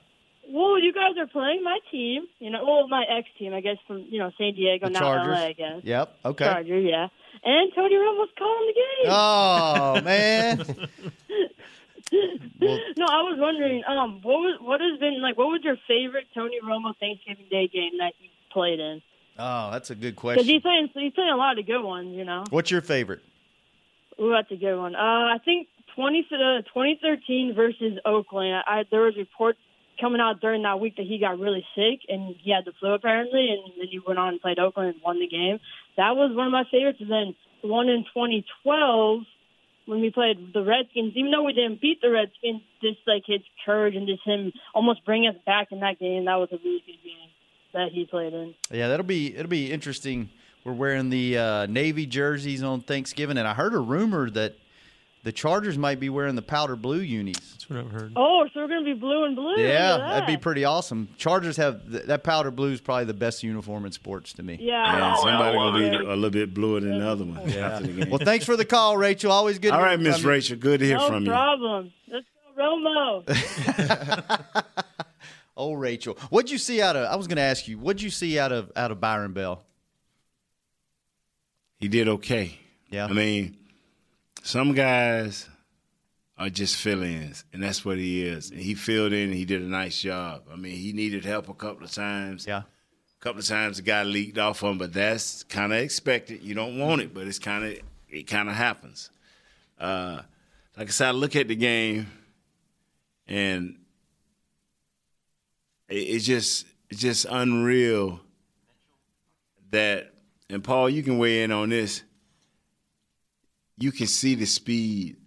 S13: Well, you guys are playing my team. You know, well, my ex team, I guess, from you know San Diego,
S4: The
S13: now
S4: Chargers.
S13: LA, I guess.
S4: Yep. Okay.
S13: Chargers, yeah. And Tony Romo's calling the game.
S4: Oh man.
S13: (laughs)
S4: (laughs)
S13: no, I was wondering, um, what was what has been like? What was your favorite Tony Romo Thanksgiving Day game that he played in?
S4: Oh, that's a good
S13: Because
S4: question.
S13: he's playing, he's playing a lot of good ones, you know.
S4: What's your favorite?
S13: Ooh, that's a good one. Uh, I think 20, uh, 2013 versus Oakland. I, there was reports coming out during that week that he got really sick and he had the flu apparently, and then he went on and played Oakland and won the game. That was one of my favorites. And then the one in 2012 when we played the Redskins, even though we didn't beat the Redskins, just like his courage and just him almost bring us back in that game. That was a really good game that he played in.
S4: Yeah, that'll be it'll be interesting. We're wearing the uh, navy jerseys on Thanksgiving, and I heard a rumor that the Chargers might be wearing the powder blue unis. That's
S5: what I've heard.
S13: Oh, so we're gonna be blue and blue.
S4: Yeah,
S13: Look at
S4: that'd be pretty awesome. Chargers have th- that powder blue is probably the best uniform in sports to me.
S13: Yeah. Yeah,
S3: somebody going to be a little bit bluer than the other one after the game.
S4: Well, thanks for the call, Rachel. Always good. to
S3: All
S4: hear
S3: right,
S4: from
S3: Miss
S4: you.
S3: Rachel, good to hear
S13: no
S3: from you.
S13: problem. Let's go, Romo.
S4: Oh, Rachel, what'd you see out of? I was going to ask you, what'd you see out of out of Byron Bell?
S3: he did okay. Yeah. I mean, some guys are just fill ins, and that's what he is. And he filled in and he did a nice job. I mean, he needed help a couple of times.
S4: Yeah.
S3: A couple of times the guy leaked off him, but that's kind of expected. You don't want it, but it's kind of it kind of happens. Uh, like I said, I look at the game, and it, it's just it's just unreal that and Paul, you can weigh in on this. You can see the speed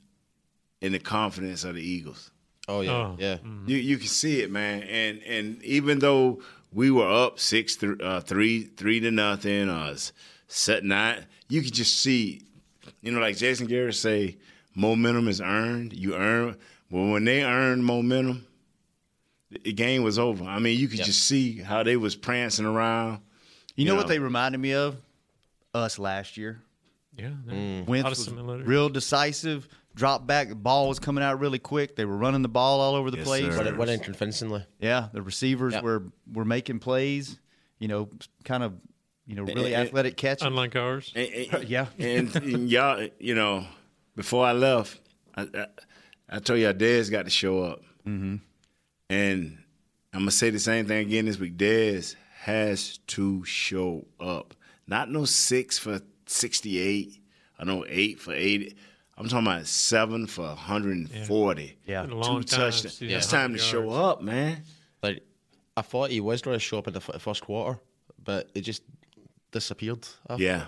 S3: and the confidence of the Eagles.
S6: Oh yeah,
S3: Oh.
S6: yeah.
S3: You you can see it, man. And and even though we were up six th- uh, three three to nothing, uh, s- set nine, you could just see, you know, like Jason Garrett say, momentum is earned. You earn well when they earned momentum, the- the game was over. I mean, you could just see how they was prancing around.
S4: You, know, what they reminded me of? Us last year. Mm.
S5: Yeah.
S4: Wentz was real decisive. Drop back, the ball was coming out really quick. They were running the ball all over the
S6: Yes,
S4: place.
S6: sir. Went- went in convincingly.
S4: Yeah, the receivers
S6: Yep.
S4: were were making plays. You know, kind of, you know, really
S3: And- and-
S4: athletic catches.
S5: (laughs) Unlike ours.
S4: (laughs)
S3: And, and-
S4: yeah.
S3: and, and y'all, you know, before I left, I, I, I told you Dez got to show up. Mm-hmm. And I'm going to say the same thing again this week. Dez has to show up. Not no six for 68, I know eight for 80. I'm talking about seven for 140.
S4: Yeah.
S3: Two touchdowns. It's time to show up. man.
S6: Like, I thought he was going to show up in the f- first quarter, but it just disappeared. after.
S3: Yeah.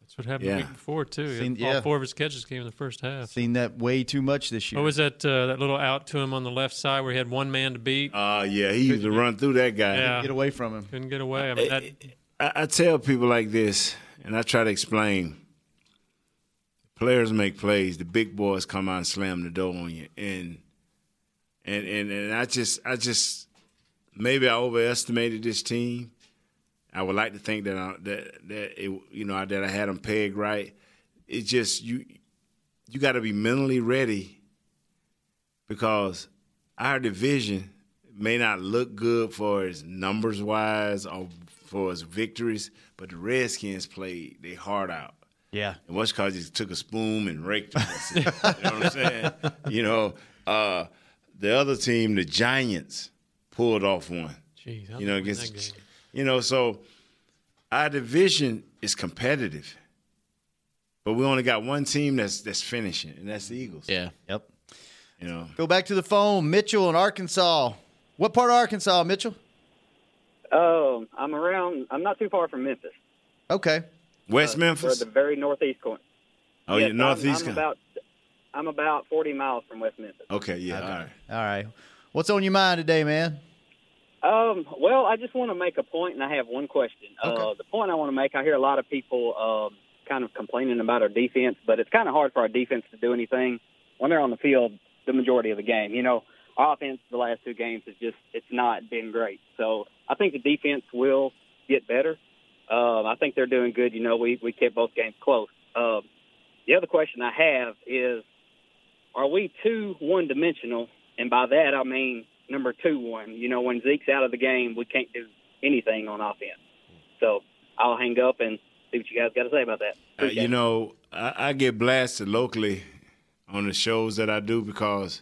S5: That's what happened
S4: Yeah.
S5: the week before too.
S4: Seen-
S5: All
S4: yeah.
S5: four of his catches came in the first half.
S4: Seen that way too much this year.
S5: What was that? Uh, that little out to him on the left side where he had one man to beat.
S3: Oh yeah, he used to run through that guy.
S5: Yeah. Get
S4: away from him.
S5: Couldn't get away. I mean, that,
S3: I, I tell people like this, and I try to explain. Players make plays. The big boys come out and slam the door on you, and and and and I just I just maybe I overestimated this team. I would like to think that I, that that it, you know that I had them pegged right. It just you you got to be mentally ready because our division may not look good for as numbers wise or for as victories, but the Redskins played they heart out.
S4: Yeah.
S3: And what's called just took a spoon and raked us. you know what I'm saying? You know, uh, the other team, the Giants, pulled off one.
S5: Jeez,
S3: you know, against you know, so our division is competitive. But we only got one team that's that's finishing, and that's the Eagles.
S6: Yeah.
S4: Yep.
S3: You know.
S4: Go back to the phone. Mitchell in Arkansas. What part of Arkansas, Mitchell?
S15: Oh, I'm around. I'm not too far from Memphis.
S4: Okay.
S3: West
S15: We're at the very northeast corner.
S3: Oh,
S15: Yes,
S3: you're northeast.
S15: I'm, I'm
S3: guy.
S15: about I'm about 40 miles from West Memphis.
S3: okay, yeah, all right.
S4: All right. What's on your mind today, man?
S15: Um, well, I just want to make a point, and I have one question. Uh, the point I want to make, I hear a lot of people um, kind of complaining about our defense, but it's kind of hard for our defense to do anything when they're on the field the majority of the game. You know, our offense the last two games has just it's not been great. So I think the defense will get better. Um, I think they're doing good. You know, we we kept both games close. Um, the other question I have is, are we too one dimensional? And by that I mean number two one. You know, when Zeke's out of the game, we can't do anything on offense. So I'll hang up and see what you guys got to say about that.
S3: Uh, you know, I, I get blasted locally on the shows that I do because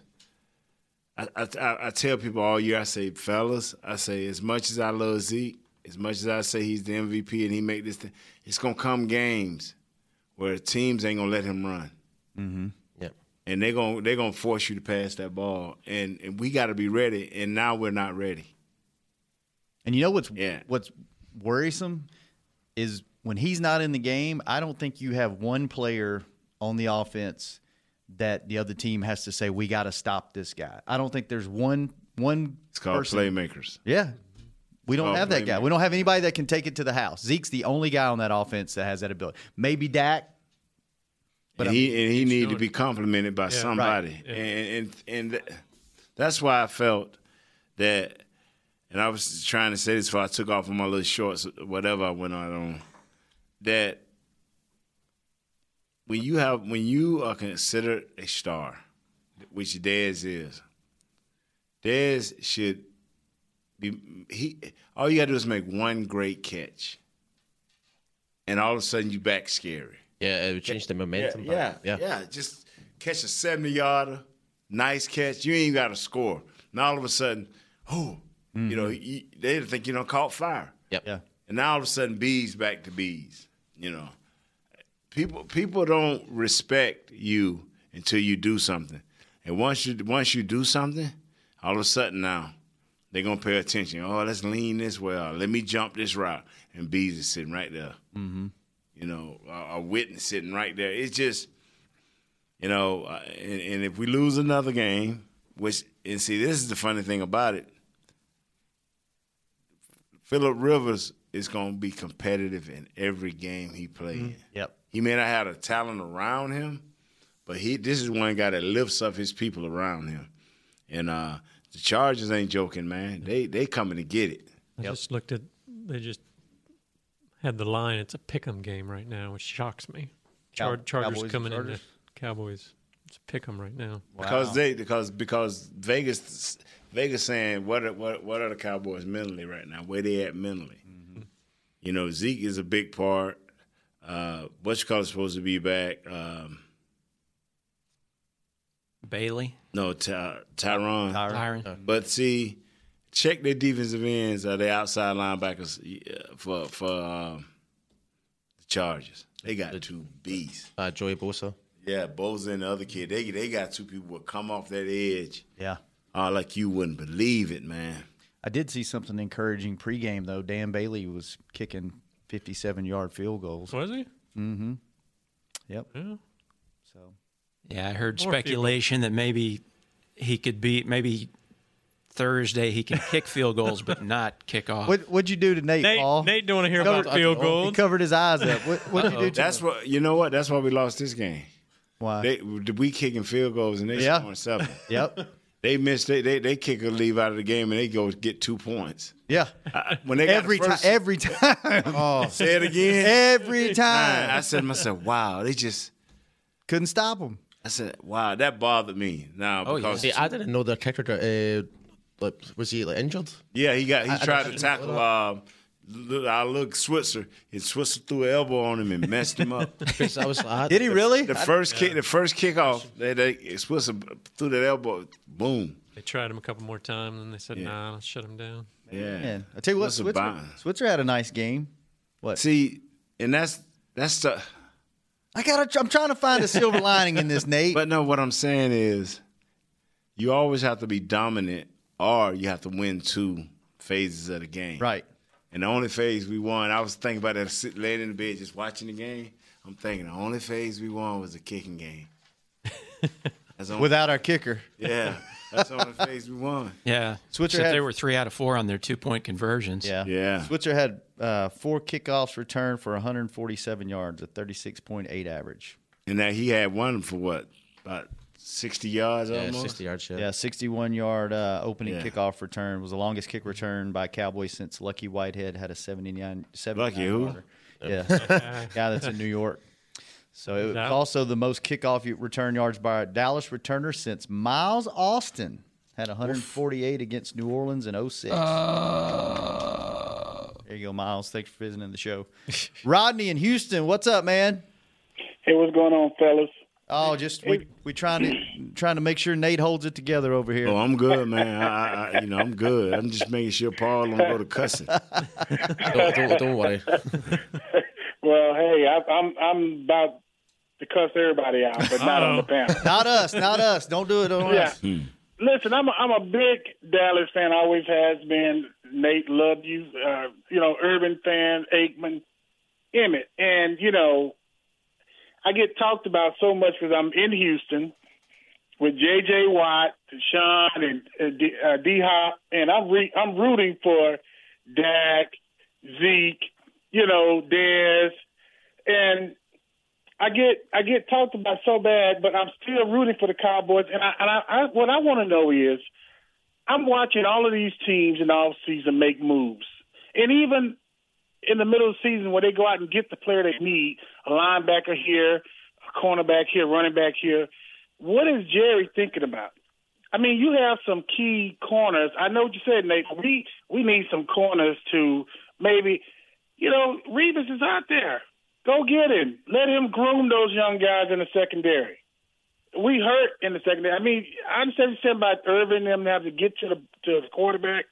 S3: I, I, I- I tell people all year, I say, fellas, I say, as much as I love Zeke, as much as I say he's the MVP and he make this thing, it's going to come games where teams ain't going to let him run.
S16: Mm-hmm.
S3: And they're going to they're gonna force you to pass that ball. And, and we got to be ready. And now we're not ready.
S4: And you know what's what's worrisome is when he's not in the game, I don't think you have one player on the offense that the other team has to say we got to stop this guy. I don't think there's one one
S3: It's called
S4: person.
S3: playmakers.
S4: Yeah. We don't
S3: Called
S4: have that guy. We don't have anybody that can take it to the house. Zeke's the only guy on that offense that has that ability. Maybe Dak.
S3: But
S4: I'm-
S3: he and he need to be complimented by
S4: Yeah, right.
S3: somebody, and and and th- that's why I felt that. And I was trying to say this before I took off on my little shorts, whatever I went out on. That when you have when you are considered a star, which Dez is, Dez should be he. All you got to do is make one great catch, and all of a sudden you back scary.
S6: Yeah, it would change the momentum. but-
S3: Yeah, yeah, yeah. Just catch a seventy yarder, nice catch. You ain't got to score. Now all of a sudden, oh, you know, you, they think you know caught fire.
S6: Mm-hmm. Yep.
S4: Yeah.
S3: And now all of a sudden, bees back to bees. You know, people people don't respect you until you do something, and once you once you do something, all of a sudden now they're gonna pay attention. Oh, let's lean this way. Or let me jump this route, and bees is sitting right there
S16: Mm-hmm.
S3: you know, a, a witness sitting right there. It's just, you know, uh, and, and if we lose another game, which, and see, this is the funny thing about it Philip Rivers is going to be competitive in every game he plays.
S4: Yep.
S3: He may not have the talent around him, but he this is one guy that lifts up his people around him. And uh, the Chargers ain't joking, man. They they coming to get it.
S5: I just looked at. They just had the line. It's a pick'em game right now, which shocks me. Char-
S3: Cow-
S5: Chargers
S3: Cowboys and
S5: coming in.
S3: Chargers?
S5: Cowboys. It's a pick'em right now.
S3: Because they because because Vegas Vegas saying what are, what what are the Cowboys mentally right now? Where they at mentally? You know Zeke is a big part. Uh, what you call it supposed to be back? Um,
S10: Bailey.
S3: No, Ty- Tyron.
S10: Tyron. Tyron.
S3: But see, check their defensive ends or their outside linebackers yeah, for for um, the Chargers. They got two beasts.
S6: Uh, Joey Bosa.
S3: Yeah, Boza and the other kid. They they got two people who come off that edge.
S4: Yeah.
S3: Uh, like you wouldn't believe it, man.
S4: I did see something encouraging pregame though. Dan Bailey was kicking 57 yard field goals.
S5: Was he?
S4: Mm-hmm. Yep.
S5: So
S10: Yeah, I heard
S5: More people.
S10: speculation that maybe he could be maybe Thursday he can kick field goals
S4: (laughs)
S10: but not kick off.
S4: What What'd you do to Nate?
S10: Nate-
S4: Paul?
S10: Nate don't wanna hear about
S4: he
S10: field goals.
S4: covered his eyes up. What What'd you do? To
S3: That's
S4: him?
S3: what you know. What that's why we lost this game.
S4: Why?
S3: They, we kicking field goals and they
S4: Yeah.
S3: scoring seven.
S4: (laughs) Yep.
S3: They missed. They, they they kick a leave out of the game and they go get two points.
S4: Yeah.
S3: I- when they got
S4: every
S3: the
S4: time,
S3: first-
S4: every time.
S3: (laughs) Oh, say it again.
S4: Every time.
S3: I, I said to myself, "Wow, they just
S4: couldn't stop them."
S3: I said, "Wow, that bothered me." Now Oh,
S5: Oh,
S3: because
S6: Oh, See, I didn't know their kicker. got, Uh, like, was he like injured?
S3: Yeah, he got. He
S6: I- I
S3: tried to
S6: didn't
S3: tackle.
S6: know
S3: Um, l- I look Switzer, and Switzer threw an elbow on him and messed him
S6: (laughs)
S3: up.
S6: I was like, I-
S4: Did he
S3: The-
S4: really?
S3: The
S4: I-
S3: first kick, the first kickoff, they, they Switzer threw that elbow. Boom.
S5: They tried him a couple more times, and they said, "Nah, I'll shut him down."
S3: Yeah.
S4: (laughs) Man, I tell you what,
S3: What's a
S4: Switzer,
S3: bind?
S4: Switzer had a nice game. What?
S3: See, and that's that's the.
S4: I got. I'm trying to find a silver
S3: (laughs)
S4: lining in this, Nate.
S3: But no, what I'm saying is, you always have to be dominant, or you have to win two phases of the game.
S4: Right.
S3: And the only phase we won, I was thinking about that sit- laying in the bed just watching the game. I'm thinking the only phase we won was the kicking
S4: (laughs)
S3: game. That's the only-
S4: Without our kicker.
S3: Yeah, that's the only phase we won.
S10: Yeah.
S4: Switzer
S10: Except
S4: had-
S10: they were three out of four on their two point conversions.
S4: Yeah.
S3: Yeah.
S4: Switzer had uh, four kickoffs returned for 147 yards, a 36.8 average.
S3: And now he had one for what about sixty yards
S6: Yeah,
S3: almost.
S6: 60 yard shot.
S4: Yeah, 61 yard uh, opening
S3: Yeah.
S4: kickoff return was the longest kick return by Cowboys since Lucky Whitehead had a 79. 79
S3: Lucky who?
S4: yarder. Yeah. yeah, that's in New York. So it was
S5: No.
S4: also the most kickoff y- return yards by a Dallas returner since Miles Austin had 148 against New Orleans in 06. there you go, Miles. Thanks for visiting the show. (laughs) Rodney in Houston, what's up, man?
S12: Hey, what's going on, fellas?
S4: Oh, just we we trying to trying to make sure Nate holds it together over here.
S3: Oh, I'm good, man. I, I, I- you know, I'm good. I'm just making sure Paul don't go to cussing.
S6: (laughs) Don't, don't, don't worry.
S12: Well, hey, I, I'm I'm about to cuss everybody out, but not on the panel.
S4: Not us, not us. Don't do it on
S12: Yeah.
S4: us.
S3: Hmm.
S12: Listen, I'm a, I'm a big Dallas fan. Always has been. Nate loved you. Uh, you know, Urban fan, Aikman, Emmett, and you know, I get talked about so much because I'm in Houston with J.J. Watt, Sean, and uh, D, uh, D Hop, and I'm re- I'm rooting for Dak, Zeke, you know, Dez, and I get I get talked about so bad, but I'm still rooting for the Cowboys. And I, and I, I what I want to know is, I'm watching all of these teams in the off season make moves, and even in the middle of the season where they go out and get the player they need, a linebacker here, a cornerback here, running back here. What is Jerry thinking about? I mean, you have some key corners. I know what you said, Nate. We we need some corners to maybe, you know, Revis is out there. Go get him. Let him groom those young guys in the secondary. We hurt in the secondary. I mean, I understand what you're saying about Irvin and them have to get to the to the quarterback,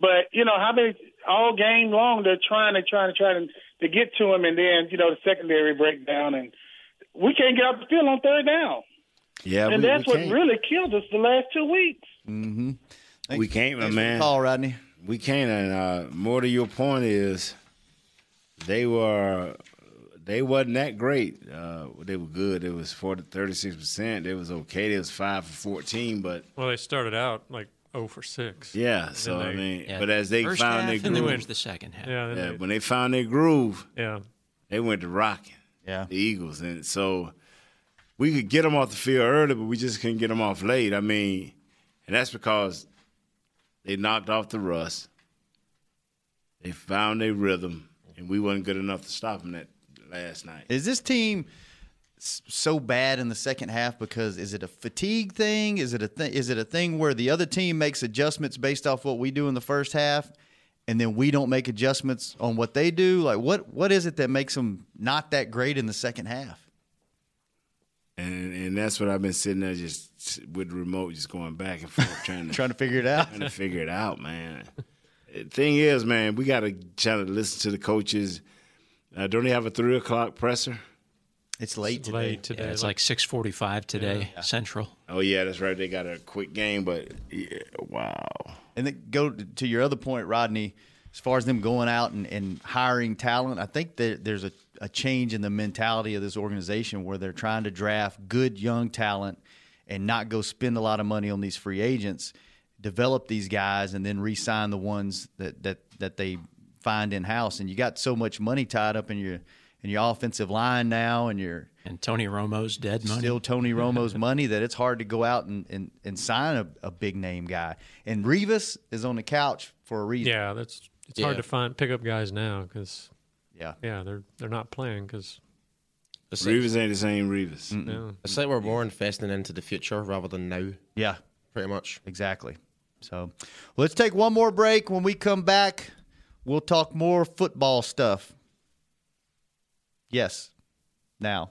S12: but you know how many all game long they're trying and trying and trying to get to him, and then you know the secondary breakdown, and we can't get out the field on third down,
S3: Yeah,
S12: and
S3: we,
S12: that's
S3: we
S12: what
S3: can't.
S12: really killed us the last two weeks.
S4: Mm-hmm.
S3: we can't, my
S4: Thanks for the
S3: man.
S4: call, Rodney.
S3: We can't. And uh, more to your point is, they were they wasn't that great. Uh, they were good. It was 36 percent. It was okay. They was five for fourteen, but
S5: Well, they started out like 0 for six.
S3: Yeah,
S5: Then
S3: so, I
S5: they-
S3: mean, Yeah. but as they First found half their and they groove- went to the
S10: second half.
S5: Yeah, then
S3: yeah,
S5: they-
S3: when they found their groove,
S5: yeah,
S3: they went to rocking.
S4: Yeah,
S3: the Eagles, and so we could get them off the field early, but we just couldn't get them off late. I mean, and that's because they knocked off the rust. They found their rhythm, and we wasn't good enough to stop them that last night.
S4: Is this team s- so bad in the second half because is it a fatigue thing? Is it a thing? Is it a thing where the other team makes adjustments based off what we do in the first half, and then we don't make adjustments on what they do? Like what what is it that makes them not that great in the second half?
S3: And, and and that's what I've been sitting there just with the remote, just going back and forth, trying to
S4: (laughs) trying to figure it out.
S3: Trying to figure it out, man. The thing is, man, we got to try to listen to the coaches. Uh, don't they have a three o'clock presser?
S4: It's late
S10: today. late today, Yeah, it's like- like 6:45 today, Yeah. Central.
S3: Oh yeah, that's right. They got a quick game, but yeah, wow.
S4: And then go to to your other point, Rodney, as far as them going out and, and hiring talent, I think that there's a, a change in the mentality of this organization where they're trying to draft good young talent and not go spend a lot of money on these free agents, develop these guys, and then re sign the ones that, that, that they find in house. And you got so much money tied up in your. in your offensive line now, and your
S10: and Tony Romo's dead money.
S4: still Tony Romo's money that it's hard to go out and, and, and sign a, a big name guy. And Revis is on the couch for a reason.
S5: Yeah, that's it's hard to find pick up guys now because
S4: yeah,
S5: yeah, they're they're not playing because
S3: Reeves ain't the same Reeves.
S5: No.
S6: It's like we're more investing into the future rather than now.
S4: Yeah.
S6: Pretty much.
S4: Exactly. So let's take one more break. When we come back, we'll talk more football stuff. Yes. Now,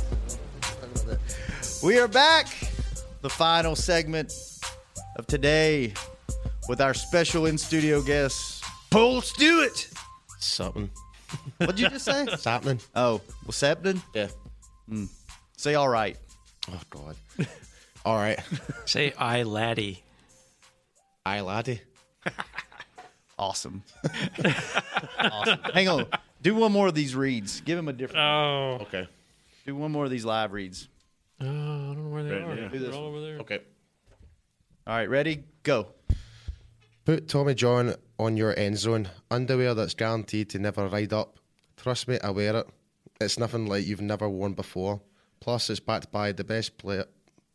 S4: We are back. The final segment of today with our special in studio guest, Paul Stewart.
S6: Something.
S4: What'd you
S6: (laughs)
S4: just say?
S6: What's happening?
S4: Oh, what's happening?
S6: Yeah.
S4: Mm. Say all right.
S6: Oh God. (laughs) All right.
S10: Say
S5: uh,
S10: I laddie.
S6: I laddie.
S4: (laughs) awesome. awesome. Hang on. Do one more of these reads. Give him a different.
S5: Oh.
S6: Okay.
S4: Do one more of these live reads.
S5: Oh, I don't know where they
S4: Right,
S5: are.
S4: yeah. Do
S5: They're
S4: this
S5: all over there.
S6: Okay.
S4: All right, ready? Go.
S6: Put Tommy John on your end zone. Underwear that's guaranteed to never ride up. Trust me, I wear it. It's nothing like you've never worn before. Plus, it's backed by the best player,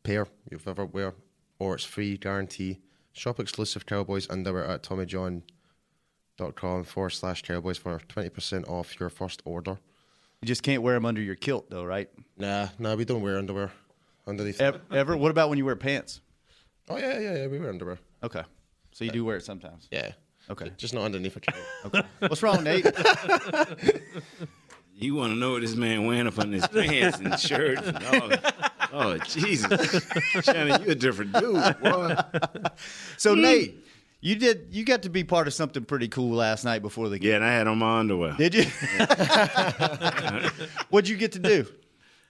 S6: pair you've ever wear, or it's free guarantee. Shop exclusive Cowboys underwear at TommyJohn.com forward slash Cowboys for 20% off your first order.
S4: You just can't wear them under your kilt, though, right?
S6: Nah, nah, we don't wear underwear underneath.
S4: Ever? ever? What about when you wear pants?
S6: Oh, yeah, yeah, yeah, we wear underwear.
S4: Okay. So you do wear it sometimes?
S6: Yeah.
S4: Okay.
S6: Just not underneath a coat.
S4: (laughs) okay. What's
S6: (laughs)
S4: wrong, Nate?
S3: You want to know what this man wearing up on (laughs)
S4: (laughs)
S3: his pants and shirt? and all. Oh, Jesus.
S4: (laughs)
S3: (laughs) Shannon, you a different dude, boy.
S4: So Nate, you did you got to be part of something pretty cool last night before the game.
S3: Yeah, and I had on my underwear.
S4: Did you? (laughs) What'd you get to do?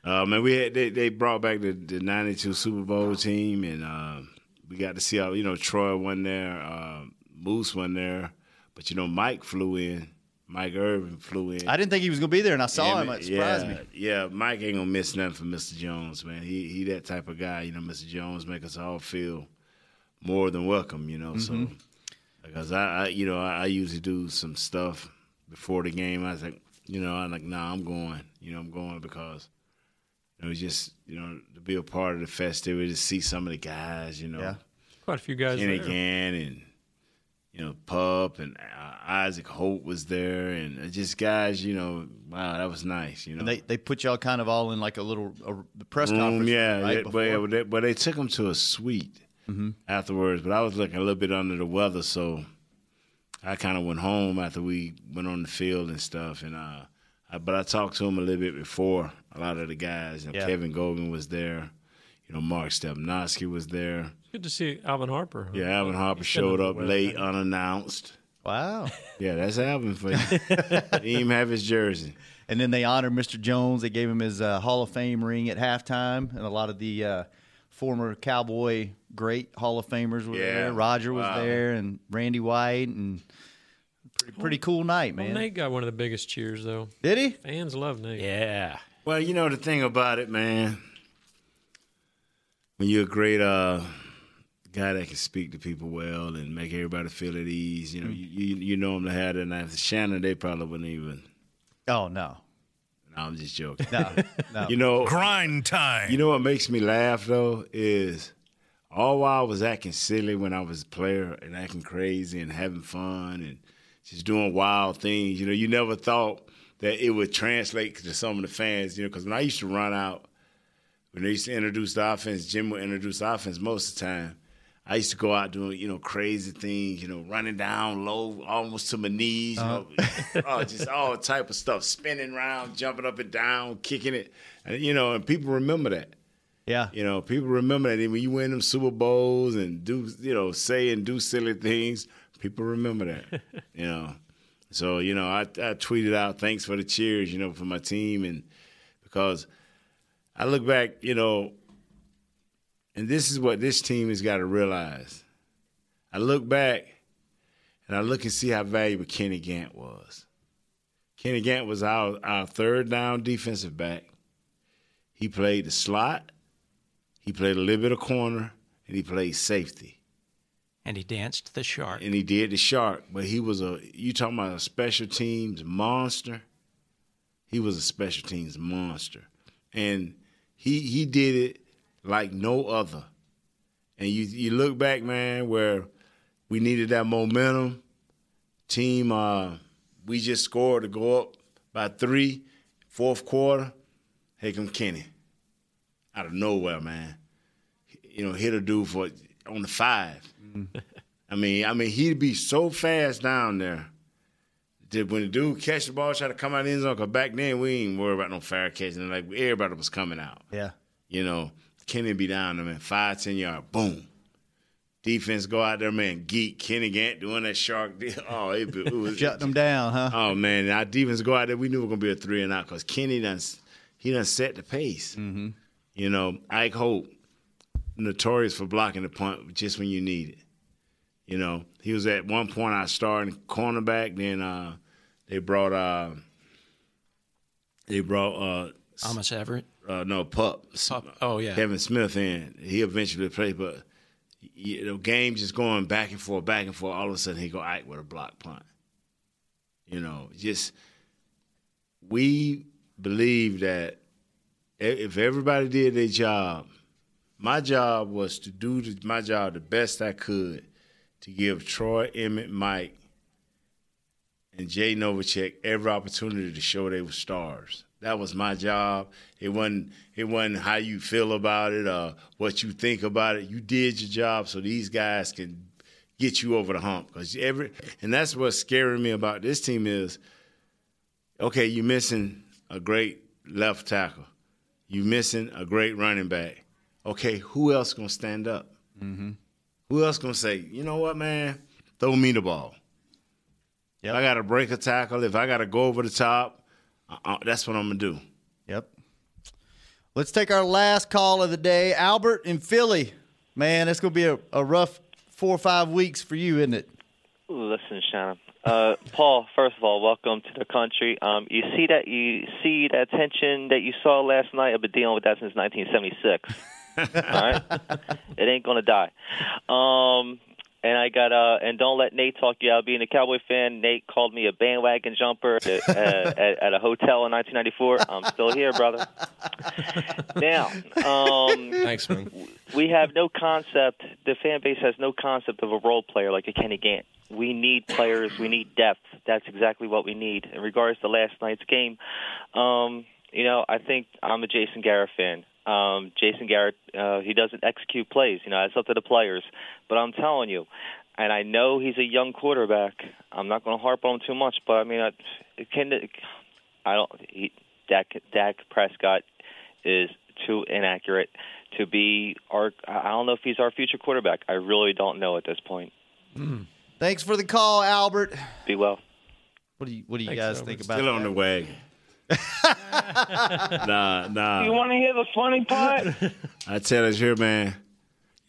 S3: Uh, man, we had they, they brought back the, the '92 Super Bowl team, and uh, we got to see um, how you know Troy won there, uh, Moose won there, but you know Mike flew in Mike Irvin flew in.
S4: I didn't think he was going to be there, and I saw
S3: Yeah,
S4: him.
S3: man,
S4: It surprised
S3: yeah,
S4: me.
S3: Yeah, Mike ain't gonna miss nothing for Mr. Jones, man. He he that type of guy. You know, Mr. Jones make us all feel more than welcome. You know, so
S4: Mhm.
S3: because I, I you know I, I usually do some stuff before the game. I was like, you know, I'm like, nah, I'm going. You know, I'm going because it was just you know to be a part of the festivities, see some of the guys. You know,
S5: Yeah. Quite a few guys there.
S3: Again, and you know, Pup and uh, Isaac Holt was there, and uh, just guys, you know, wow, that was nice. You know,
S4: And they they put y'all kind of all in like a little a press
S3: Room,
S4: conference.
S3: Mm, yeah,
S4: right
S3: yeah, but, yeah,
S4: before. Mm-hmm.
S3: but, they, but they took him to a suite afterwards. But I was looking a little bit under the weather, so I kind of went home after we went on the field and stuff. And uh, I, but I talked to him a little bit before. A lot of the guys, you know,
S5: Yeah.
S3: Kevin Gogan was there. You know, Mark Stepnoski was there.
S5: Good to see Alvin Harper.
S3: Yeah, Alvin Harper
S5: He's been
S3: showed
S5: on
S3: up
S5: the web.
S3: late, unannounced.
S4: Wow.
S3: Yeah, that's Alvin for you. he
S4: (laughs)
S3: didn't even have his jersey.
S4: And then they honored Mr. Jones. They gave him his uh, Hall of Fame ring at halftime, and a lot of the uh, former Cowboy great Hall of Famers were
S3: Yeah.
S4: there. Roger was
S5: Wow.
S4: there, and Randy White, and pretty, pretty cool night,
S5: Well,
S4: man.
S5: Nate got one of the biggest cheers, though.
S4: Did he?
S5: Fans love Nate.
S3: Yeah. Well, you know the thing about it, man. When you're a great uh, guy that can speak to people well and make everybody feel at ease, you know,
S4: Mm.
S3: you you, you know him to have that. Now, Shannon, they probably wouldn't even.
S4: Oh no.
S3: No, I'm just joking. (laughs)
S4: No, no.
S3: You know, grind time. You know what makes me laugh though is all while I was acting silly when I was a player and acting crazy and having fun and just doing wild things. You know, you never thought that it would translate to some of the fans. You know, because when I used to run out, when they used to introduce the offense, Jim would introduce the offense most of the time. I used to go out doing, you know, crazy things, you know, running down low, almost to my knees, you know, oh, just all type of stuff, spinning around, jumping up and down, kicking it, and you know, and people remember that.
S4: Yeah,
S3: you know, people remember that. And when you win them Super Bowls and do, you know, say and do silly things, people remember that. you know, so you know, I, I tweeted out thanks for the cheers, you know, for my team, and because I look back, you know, and this is what this team has got to realize. I look back and I look and see how valuable Kenny Gant was. Kenny Gant was our, our third down defensive back. He played the slot, he played a little bit of corner, and he played safety.
S10: And he danced the shark.
S3: And he did the shark, but he was a you talking about a special teams monster. He was a special teams monster. And he he did it like no other. And you you look back, man, where we needed that momentum. Team uh we just scored to go up by three, fourth quarter. Here come Kenny. Out of nowhere, man. You know, hit a dude for on the five.
S4: Mm-hmm.
S3: I mean, I mean, he'd be so fast down there. That when the dude catch the ball, try to come out of the end zone, cause back then we ain't worried about no fair catching. Like everybody was coming out.
S4: Yeah.
S3: You know, Kenny be down there, man. Five, ten yard, boom. Defense go out there, man. Geek Kenny Gant doing that shark. (laughs) Deal. Oh, it, be- it was
S4: Shutting them down, huh?
S3: Oh man, our defense go out there. We knew we were gonna be a three and out because Kenny done he done set the pace. Mm-hmm. You know, Ike Hope, notorious for blocking the punt just when you need it. You know, he was at one point our starting cornerback. Then uh, they brought uh, they brought uh,
S10: Amos Everett.
S3: uh, no pup.
S10: Oh yeah.
S3: Kevin Smith in. He eventually played, but you know, game just going back and forth, back and forth. All of a sudden, he go Ike with a block punt. You know, just we believe that i- if everybody did their job, my job was to do the, my job the best I could to give Troy Emmett, Mike, and Jay Novacek every opportunity to show they were stars. That was my job. It wasn't it wasn't how you feel about it or what you think about it. You did your job so these guys can get you over the hump. Cause every and that's what's scaring me about this team is okay, you're missing a great left tackle. You're missing a great running back. Okay, who else gonna stand up?
S1: Mm-hmm.
S10: (laughs)
S3: Who else gonna say, you know what, man? Throw me the ball. If I gotta break a tackle, if I gotta go over the top, uh, uh, that's what I'm gonna do.
S4: Yep. Let's take our last call of the day. Albert in Philly. Man, it's going to be a, a rough four or five weeks for you, isn't it?
S17: Listen, Shannon, Uh, (laughs) Paul, first of all, welcome to the country. Um, you see that you see that tension that you saw last night. I've been dealing with that since 1976. all right, it ain't gonna die. Um, and I got uh, and don't let Nate talk you out of being a Cowboy fan. Nate called me a bandwagon jumper at, uh, at, at a hotel in 1994. I'm still here, brother. Now, um,
S6: (laughs) Thanks, man.
S17: we have no concept. The fan base has no concept of a role player like a Kenny Gant. We need players. We need depth. That's exactly what we need. In regards to last night's game, um, you know, I think I'm a Jason Garrett fan. Um, Jason Garrett, uh, he doesn't execute plays. You know, that's up to the players. But I'm telling you, and I know he's a young quarterback. I'm not going to harp on him too much, but I mean, I, it can, I don't. He, Dak, Dak Prescott is too inaccurate to be our. I don't know if he's our future quarterback. I really don't know at this point.
S4: Thanks for the call, Albert.
S17: Be well.
S4: What do you What do you
S17: Thanks,
S4: guys
S17: Albert.
S4: think about
S3: Still on
S4: that?
S3: the wagon. nah,
S12: You
S3: nah.
S12: want to hear the funny part?
S3: I tell us here, man.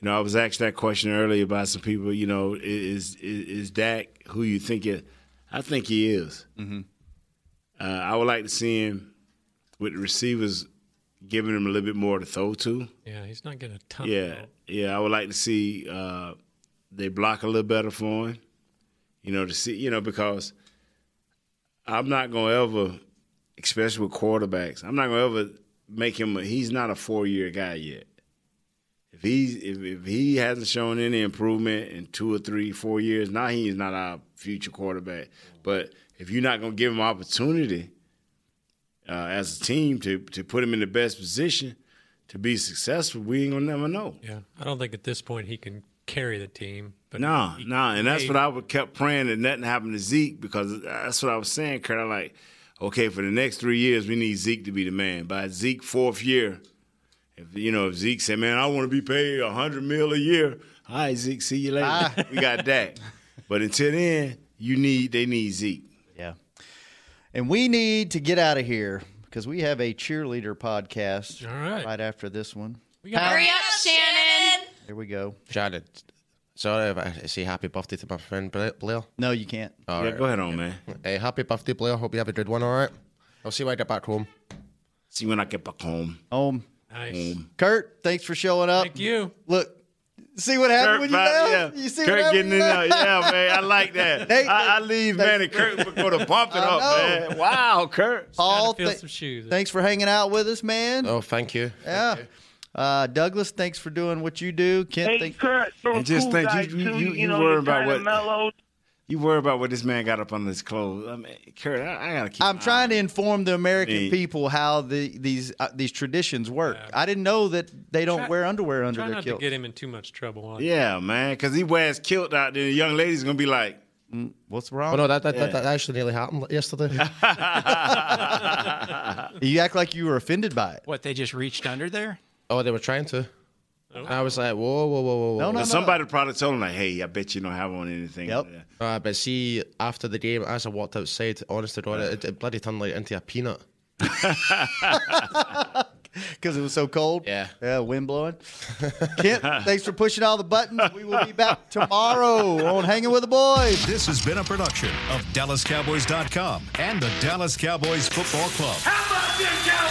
S3: You know, I was asked that question earlier by some people. You know, i- is is, is Dak who you think it? I think he is. Mm-hmm. Uh, I would like to see him with the receivers giving him a little bit more to throw to.
S5: Yeah, he's not getting a ton.
S3: Yeah, yeah. I would like to see uh, they block a little better for him. You know, to see you know because I'm not gonna ever, especially with quarterbacks, I'm not gonna ever make him. A, he's not a four year guy yet. If he's if, if he hasn't shown any improvement in two or three four years, now he is not our future quarterback. But if you're not gonna give him opportunity uh, as a team to to put him in the best position to be successful, we ain't gonna never know.
S5: Yeah, I don't think at this point he can carry the team. But
S3: No,
S5: he-
S3: no, and that's
S5: hey,
S3: what I would kept praying that nothing happened to Zeke because that's what I was saying, Kurt. I'm like, okay, for the next three years, we need Zeke to be the man. By Zeke fourth year, if you know, if Zeke said, "Man, I want to be paid a hundred mil a year," all right, Zeke, see you later.
S4: Ah.
S3: We got that. But until then, you need they need Zeke.
S4: Yeah. And we need to get out of here because we have a cheerleader podcast. All right. Right after this one.
S14: Hurry up, Shannon.
S4: There we go.
S6: Jared, sorry if I say happy birthday to my friend Bla- Blair.
S4: No, you can't.
S6: All
S3: Yeah,
S6: right,
S3: go ahead
S6: okay.
S3: on, man.
S6: Hey, happy birthday, Blair. Hope you have a good one, all right? I'll see you when I get back home.
S3: See when I get back home.
S4: Home.
S5: Nice.
S4: Kurt, thanks for showing up. Thank
S5: you.
S4: Look, see what happened
S3: Kurt
S4: when you
S3: Vile,
S4: left?
S3: yeah.
S4: You see
S3: Kurt
S4: what happened
S3: getting
S4: when
S3: in
S4: you
S3: there.
S4: left?
S3: Yeah, man, I like
S4: (laughs)
S3: that.
S4: Nate,
S3: I, I leave, man, and Kurt would go to bumping
S4: I
S3: up,
S4: know.
S3: man. Wow, Kurt.
S4: Paul,
S5: feel
S4: th-
S5: some shoes.
S4: thanks for hanging out with us, man.
S6: Oh, thank you.
S4: yeah. Uh, Douglas, thanks for doing what you do. Kent,
S12: Hey,
S4: thank-
S12: Kurt, those cool guys too, you, know,
S3: worry
S12: you're kinda mellow.
S3: You worry about what this man got up on his clothes. I mean, Kurt, I, I gotta keep.
S4: I'm trying to inform the American
S3: Me.
S4: people how the these uh, these traditions work. I didn't know that they don't
S5: Try-
S4: wear underwear under
S5: try
S4: their
S5: not
S4: kilt.
S5: to get him in too much trouble. On
S3: Yeah, man, because he wears kilt out there. The young lady's gonna be like,
S4: Mm, "What's wrong?"
S6: Oh, no, that, that, that, that actually nearly happened yesterday.
S4: (laughs) you act like you were offended by it.
S10: What they just reached under there?
S6: oh, they were trying to. And I was like, whoa, whoa, whoa, whoa. whoa.
S4: No, no, no.
S3: Oh. Somebody probably told him like, "Hey, I bet you don't have on anything." Yep.
S6: Uh, but see, after the game, as I walked outside, honest to God, it, it bloody turned like into a
S4: (laughs)
S6: peanut.
S4: because it was so cold. Yeah, yeah, wind blowing. Kent, thanks for pushing all the buttons. We will
S3: (laughs)
S4: be back tomorrow on Hanging with the Boys.
S1: This has been a production of DallasCowboys.com and the Dallas Cowboys Football Club.
S14: How about this, Cowboys?